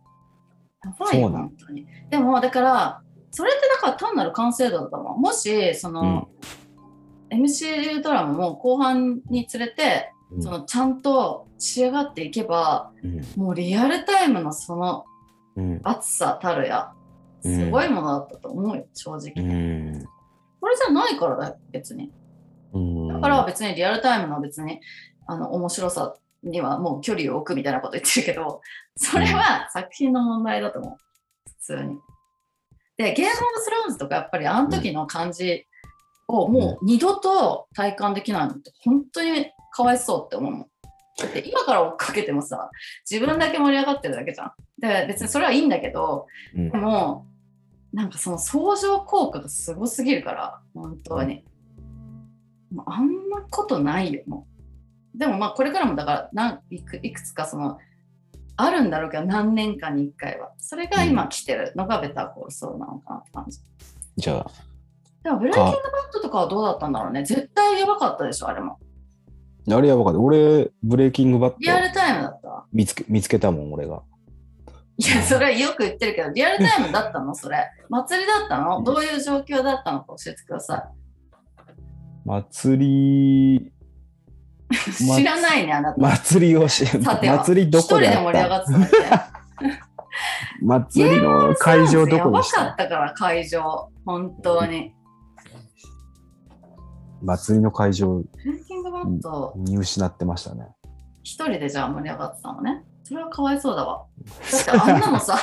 やばい
そ
よ
うなの
本当にでもだからそれってだから単なる完成度だと思うもしその、MCU ドラマも後半につれて
うん
そのちゃんと仕上がっていけば
うん
もうリアルタイムのその
うん
熱さたるやすごいものだったと思うよ正直、
うん
これじゃないからだよ別に
うん
だから別にリアルタイムの別にあの面白さにはもう距離を置くみたいなこと言ってるけどそれは作品の問題だと思う普通に。でゲームオブスローンズとかやっぱりあの時の感じをもう二度と体感できないのって本当にかわいそうって思うもん。だって今から追っかけてもさ自分だけ盛り上がってるだけじゃん。で別にそれはいいんだけど
うん
でもなんかその相乗効果がすごすぎるから本当に。もうあんなことないよもうでもまあこれからもだからなんいくいくつかそのあるんだろうけど何年かに1回はそれが今来てるのがベターコールソウルなのかなって感じ
じゃあ
でもブレイキングバットとかはどうだったんだろうね絶対やばかったでしょあれも
あれやばかった俺ブレイキングバット
リアルタイムだった
見つけ見つけたもん俺が
いやそれはよく言ってるけどリアルタイムだったのそれ祭りだったのどういう状況だったのか教えてくださ
祭り
い
ま
知らないねあなた
祭りをし
さては
祭りどこで
一人で
あっ
盛り上
た
がってたんだって
祭りの <laughs> 会場どこでし
やばか
た
ったから会場本当に
祭りの会場
ブレイキングバット
見失ってましたね
一人でじゃあ盛り上がってたのねそれはかわいそうだ
<laughs>
わだってあんなのさ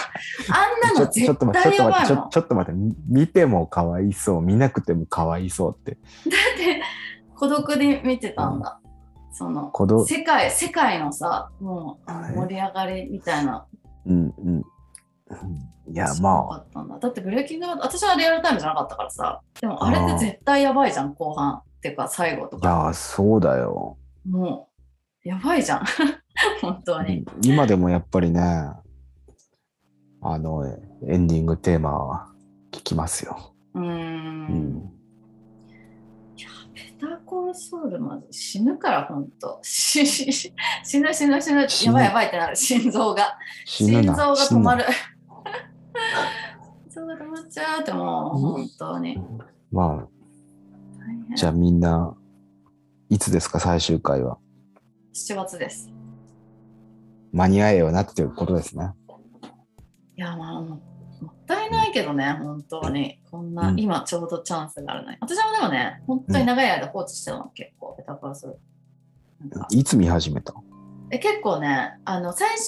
あんなの
ちょちょっ
絶
と待っ
対
てちょ
や
っと
ばい
待ってち
も
ょ
ん
ちょっと待ってみ見てもかわいそう見なくてもかわいそうって
孤独で見てたんだ、その
この
世界世界のさもう
はい
盛り上がりみたいな
うんうんうんいやまあ
あったんだだってブレイキングバット私はリアルタイムじゃなかったからさでもあれって絶対やばいじゃん後半っていうか最後と
いや
か
そうだよ、
もうやばいじゃん <laughs> 本当に、
うん今でもやっぱりねあのエンディングテーマは聞きますよ、
うー
うんん、
ペタコールソウルまず死ぬからほん <laughs> としし死ぬ死ぬ死ぬ
死
や
ぬ
ばいやばいってなる心臓が
死
心
ぬ
臓
な
が止
死ぬ
ま
な
る <laughs> 心臓が止まっちゃうってもう本当に
ま
大
あ
変
じゃあみんないつですか最終回は
7月です
間に合えよなっていうことですね
いやまあもうもったいないけどね本当にこんな、
うん
今ちょうどチャンスがあるのに私もでもね本当に長い間放置してたの結構ペタコールソウルなんか
いつ見始めた、
え結構ねあの最初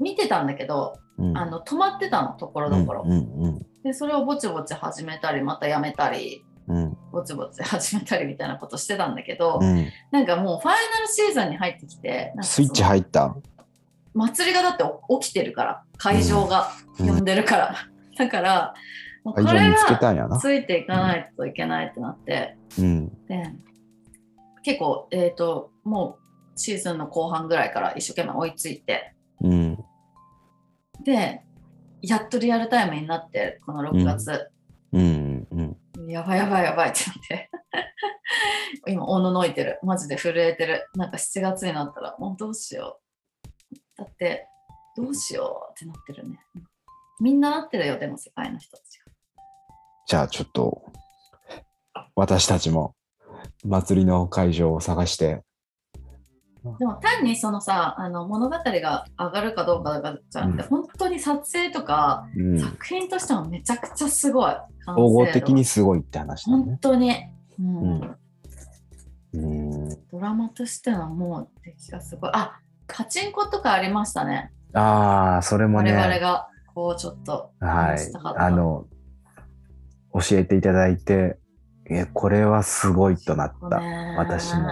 見てたんだけど、
うん、
あの止まってたのところどころ、
うんうん
でそれをぼちぼち始めたりまたやめたり
うん
ぼちぼち <laughs> 始めたりみたいなことしてたんだけど、
うんうん
なんかもうファイナルシーズンに入ってきてなんかそ
ス
の
イッチ入った
祭りがだってお起きてるから会場が
うん
呼んでるから、 <laughs> だからもうこ
会場
れ
見つけ
が
たんやな
ついていかないといけないってなって、
うん
で結構えっ、ともうシーズンの後半ぐらいから一生懸命追いついて
うん
でやっとリアルタイムになってこの6月。
うんうん
やばいやばいやばいって <laughs> なって。今、おののいてる。マジで震えてる。なんか7月になったら、もうどうしよう。だって、どうしようってなってるね。みんななってるよ、でも世界の人たちが。
じゃあちょっと私たちも祭りの会場を探して
でも単にそのさ、あの物語が上がるかどうかじゃなくて、
うん
本当に撮影とか、
うん
作品としてもめちゃくちゃすごい。完成度
総合的にすごいって話だ
本
ね
当に。う
うん
ん
うん
ドラマとしてはもう出来がすごい。あパチンコとかありましたね。
ああ、それもね、
我々がこうちょっと
はい
話したかっ。た
あの、教えていただいて、え、これはすごいとなった。
ね
私も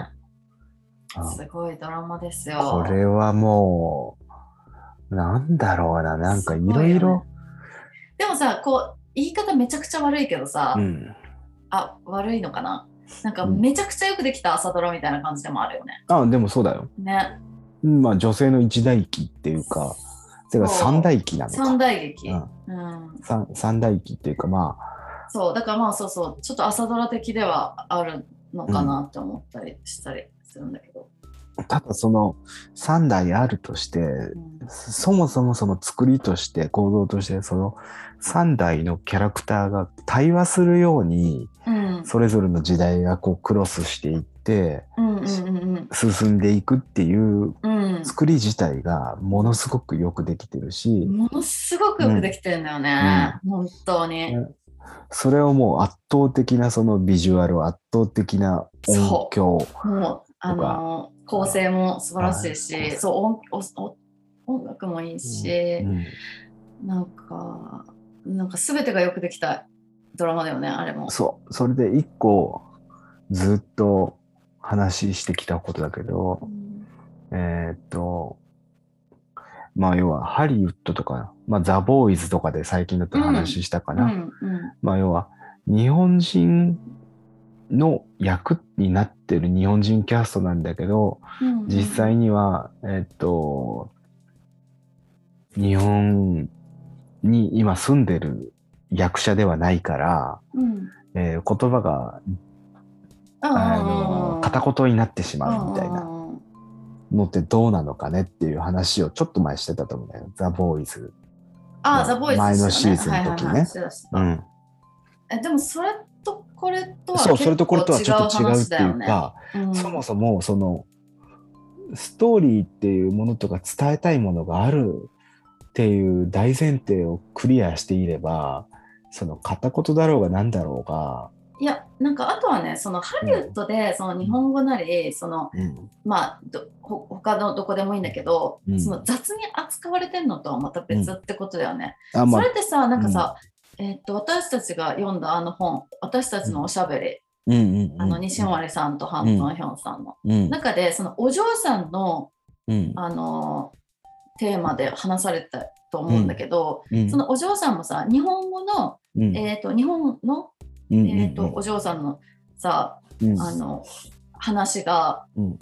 あ
すごいドラマですよ。
これはもう、なんだろうな、なんかいろい
すごよ
ろ
ね。でもさこう言い方めちゃくちゃ悪いけどさ、
うん。
あ悪いのかななんか
うん
めちゃくちゃよくできた朝ドラみたいな感じでもあるよね。
あ、でもそうだよ。
ね。
うんまあ女性の一大期っていうか、てか
そう
三大期なのか。
三大劇、
う
うんん
三三大期っていうかまあ、
そうだからまあそうそうちょっと朝ドラ的ではあるのかなって思ったりしたりするんだけど。
ただその三代あるとして、
うん
そもそもその作りとして構造としてその三代のキャラクターが対話するように
うん
それぞれの時代がこうクロスしていって
うんうん
進んでいくっていう
うんうん
作り自体がものすごくよくできてるし
ものすごくよくできてるんだよね、本当に、
うんそれをもう圧倒的なそのビジュアル圧倒的な音響
もうあの構成も素晴らしいし、
はい
そう音おお音楽もいいし、
うん
なんかなんか全てがよくできたドラマだよねあれも。
そうそれで一個ずっと話してきたことだけど
うん
えーっと、まあ要はハリウッドとか、まあザ・ボーイズとかで最近だと話したか
う
な。
ん
まあ要は日本人の役になってる日本人キャストなんだけど、
うんうん
実際には、えーっと、日本に今住んでる役者ではないから、
うん
えー言葉が、あの片言になってしまうみたいな。
うんうん
のってどうなのかねっていう話をちょっと前してたと思うんだよ。ザ・ボーイズ。
あーザ・ボーイズ
前の
ですよね
シーズンの時
は
ね
いはいはいしてたしてた
ん。
えでもそれとこれとは
そう、それとこれとは
結
ちょ
構
っと違う
話
っていう
だよね
か、
うん
そもそもその、ストーリーっていうものとか伝えたいものがあるっていう大前提をクリアしていれば、その片言だろうが何だろうが、
いやなんかあとはねそのハリウッドでその日本語なりその
うん、
まあどほ他のどこでもいいんだけど、
うん
その雑に扱われてるのとはまた別ってことだよね。
あ、ま
そ
あ
れ、ってさなんかさ、えーっと私たちが読んだあの本私たちのおしゃべり、
うんうんうん、
あの西
は、
森さんとハントンヒョンさんの、
うん、
中でそのお嬢さんの、
うん、
あのーテーマで話されたと思うんだけど、
うん、
そのお嬢さんもさ日本語の、
うん、
えーっと日本の、
うん、うん、
えーっとお嬢さんのさ
うん、
あの話が、
うん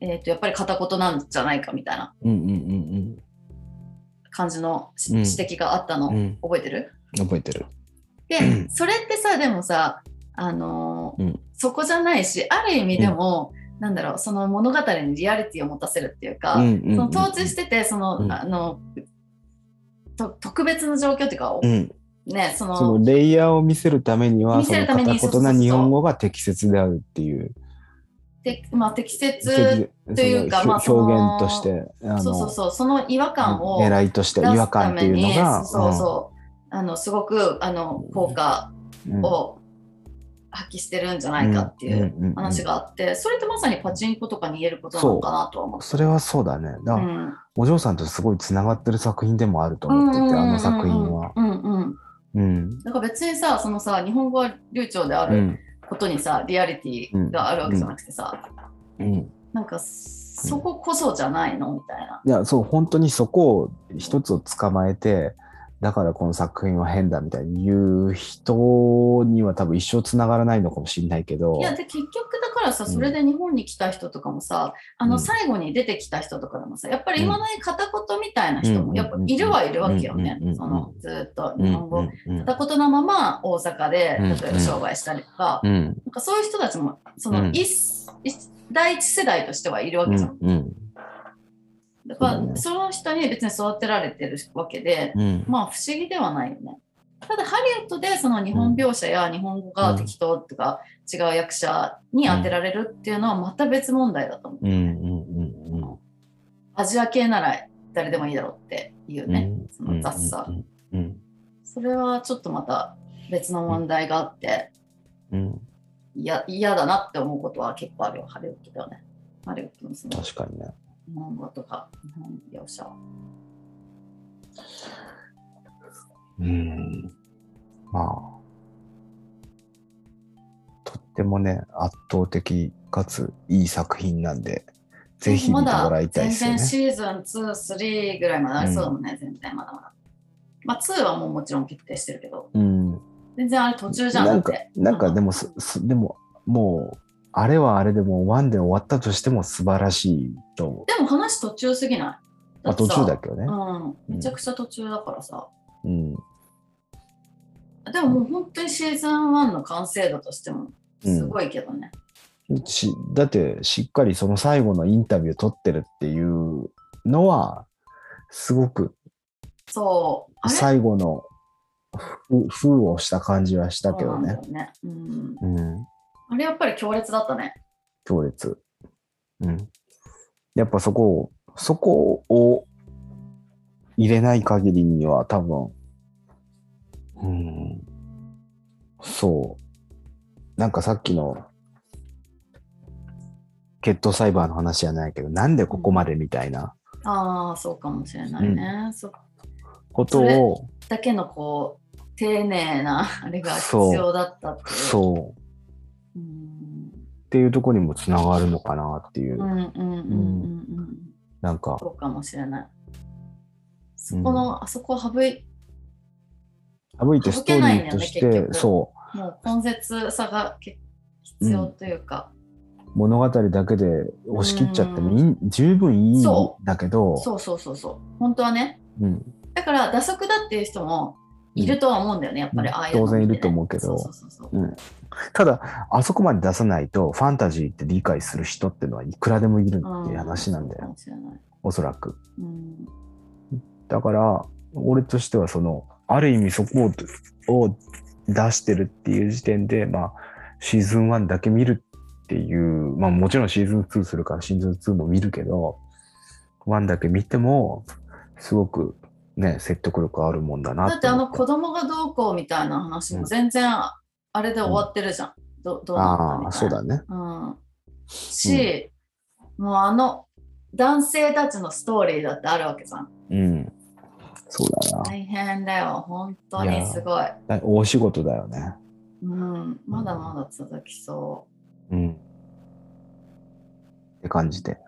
えっとやっぱり片言なんじゃないかみたいな
うん、うん、うん、
感じのし
うん
指摘があったの、
うん、うん、
覚えてる
覚えてる。
でそれってさでもさ、あのー
うん
そこじゃないしある意味でも、なんだろうその物語にリアリティを持たせるっていうか、
うんうんうん
その統治しててその、
うん
あのと特別な状況っていうか、
うん、
ねその
そのレイヤーを見せるためには
見
そ
せ
の
るために
片言な
そうそうそう
日本語が適切であるっていう
てまあ、適切
適
というか
その
まあ
表
その
表現としてあの
そうそうそうその違和感を
狙いとして違和感っていうのが
そうそう、あのすごくあの効果
うん
を発揮してるんじゃないかっていうん
んんん
話があってそれってまさにパチンコとかに言えることなのかなとは思って
それはそうだねだ
う
から、
ん
お嬢さんとすごいつながってる作品でもあると
うん
思ってて、
うんうんうん
あの作品は。
うんうん
うん
なんか別にさそのさ日本語は流暢であ
う
る
ん
ことにさリアリティがあるわけじゃなくてさ、
うん、
なんかそここそじゃないのみたいない
やそう本当にそこを一つを捕まえてだからこの作品は変だみたいに言う人には多分一生つながらないのかもしれないけど
いやで結局だからさ
うん
それで日本に来た人とかもさ、あ
うん
の最後に出てきた人とかでもさやっぱり今まで片言みたいな人
うん
もやっぱいるはいるわけよね、
うん
そのずっと
うん
日本語、
うんうん
片言のまま大阪で
うん
例えば商売したりとか,、
うん
なんかそういう人たちもそうの
ん
一、一第一世代としてはいるわ
う
け
ん
じゃん。
うん
だから
そうだね
その人に別に育てられてるわけで、
うん
まあ不思議ではないよね。ただハリウッドでその日本描写や日本語が適当とか違う役者に当てられるっていうのはまた別問題だと思う。
うんうんうん
アジア系なら誰でもいいだろうっていう
うん
ね、
うん
その雑さ、
うんうん
それはちょっとまた別の問題があって、
うん
嫌嫌だなって思うことは結構あるよ、ハリウッドではね。ハリウッドのその
確かにね。
日本語とか日本描写は。
うん。まあ。とってもね、圧倒的かついい作品なんで、ぜひ見てもらいたいですよ
まだ全然
ね。
シーズン2、3ぐらいまでありそうだもんね、全然まだまだ。まあ2はもうもちろん決定してるけど、
うん。
全然あれ途中じゃん
なんか
だって、
なんかでもす、すでも、もう、あれはあれでも、ワンで終わったとしても素晴らしいと思う。
でも話途中すぎない
まあ、途中だ
け
けどね。
うん。めちゃくちゃ途中だからさ。
うん。
でももう本当にシーズン1の完成度としてもすごいけどね。
しだって、しっかりその最後のインタビュー取ってるっていうのは、すごく
そう。あれ
最後のふ封をした感じはしたけど
そうな
ね
ん。だよね。うん。
うん。
あれやっぱり強烈だったね。
強烈。うん。やっぱそこを、そこを入れない限りには多分、うん。そう。なんかさっきの、決闘裁判の話じゃないけど、なんでここまでみたいな
ああ、そうかもしれないね。そっ
ことを、
だけのこう、丁寧なあれが必
そう
要だったっていう。
そう。
うん。
っていうところにもつながるのかなっていう、
うんうんうんうんうん。
なんか、
そうかもしれない。そこの、あそこを省い、
省いてストーリーとし
省けないんだよね結
て、
局
そう。
もう根絶さがけ必要というか。
物語だけで押し切っちゃってもいい十分いいん
そ
だけど
そうそうそうそう。本当はね。
うん
だから、打足だっていう人もいるとは思うんだよね、やっぱり。
うん
ああいうの
当然
見てね
いると思うけど
そうそうそうそう
ただあそこまで出さないとファンタジーって理解する人ってのはいくらでもいるっていう話なんだ
うそうか
よ、
もしれない
おそらく
うん
だから俺としてはそのある意味そこをを出してるっていう時点でまあシーズン1だけ見るっていうまあもちろんシーズン2するからシーズン2も見るけど1だけ見てもすごくね説得力あるもんだな
だってあ
思
の子供がどうこうみたいな話も全然あれで終わってるじゃん。どどうなったみたい
あ
な。
あ、そうだね。
うん、し、もうあの男性たちのストーリーだってあるわけじゃん。
うん。そうだな。
大変だよ、本当にすごい。
だ大仕事だよね。
うん、まだまだ続きそ
うん。って感じで。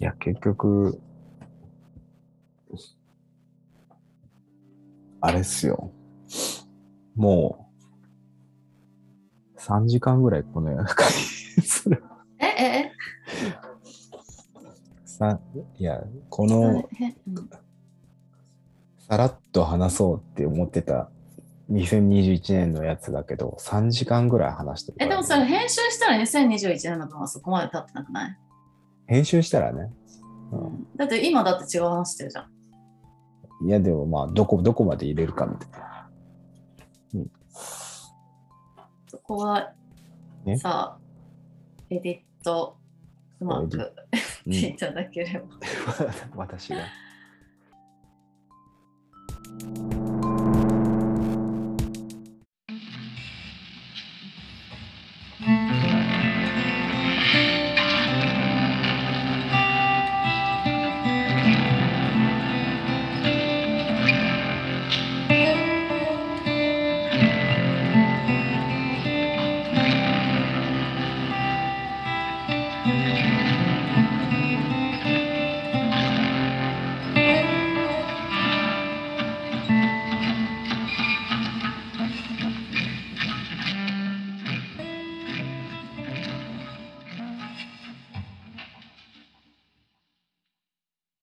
いや、結局、あれっすよ。もう、3時間ぐらいこの中に <laughs> する。
う。えええ
さいや、この、
えうん
さらっと話そうって思ってた2021年のやつだけど、3時間ぐらい話してるか
え、で
らね
もそれ編集したら2021年の分はそこまで経ってなくない、
編集したらね、う
うん、だって今だって違う話してるじゃん。
ん、いやでもまあどこどこまで入れるかみたいな
そこは
ね
さあ、エディットうまく
う
やって
ん
<laughs> いただければ。
<laughs> 私が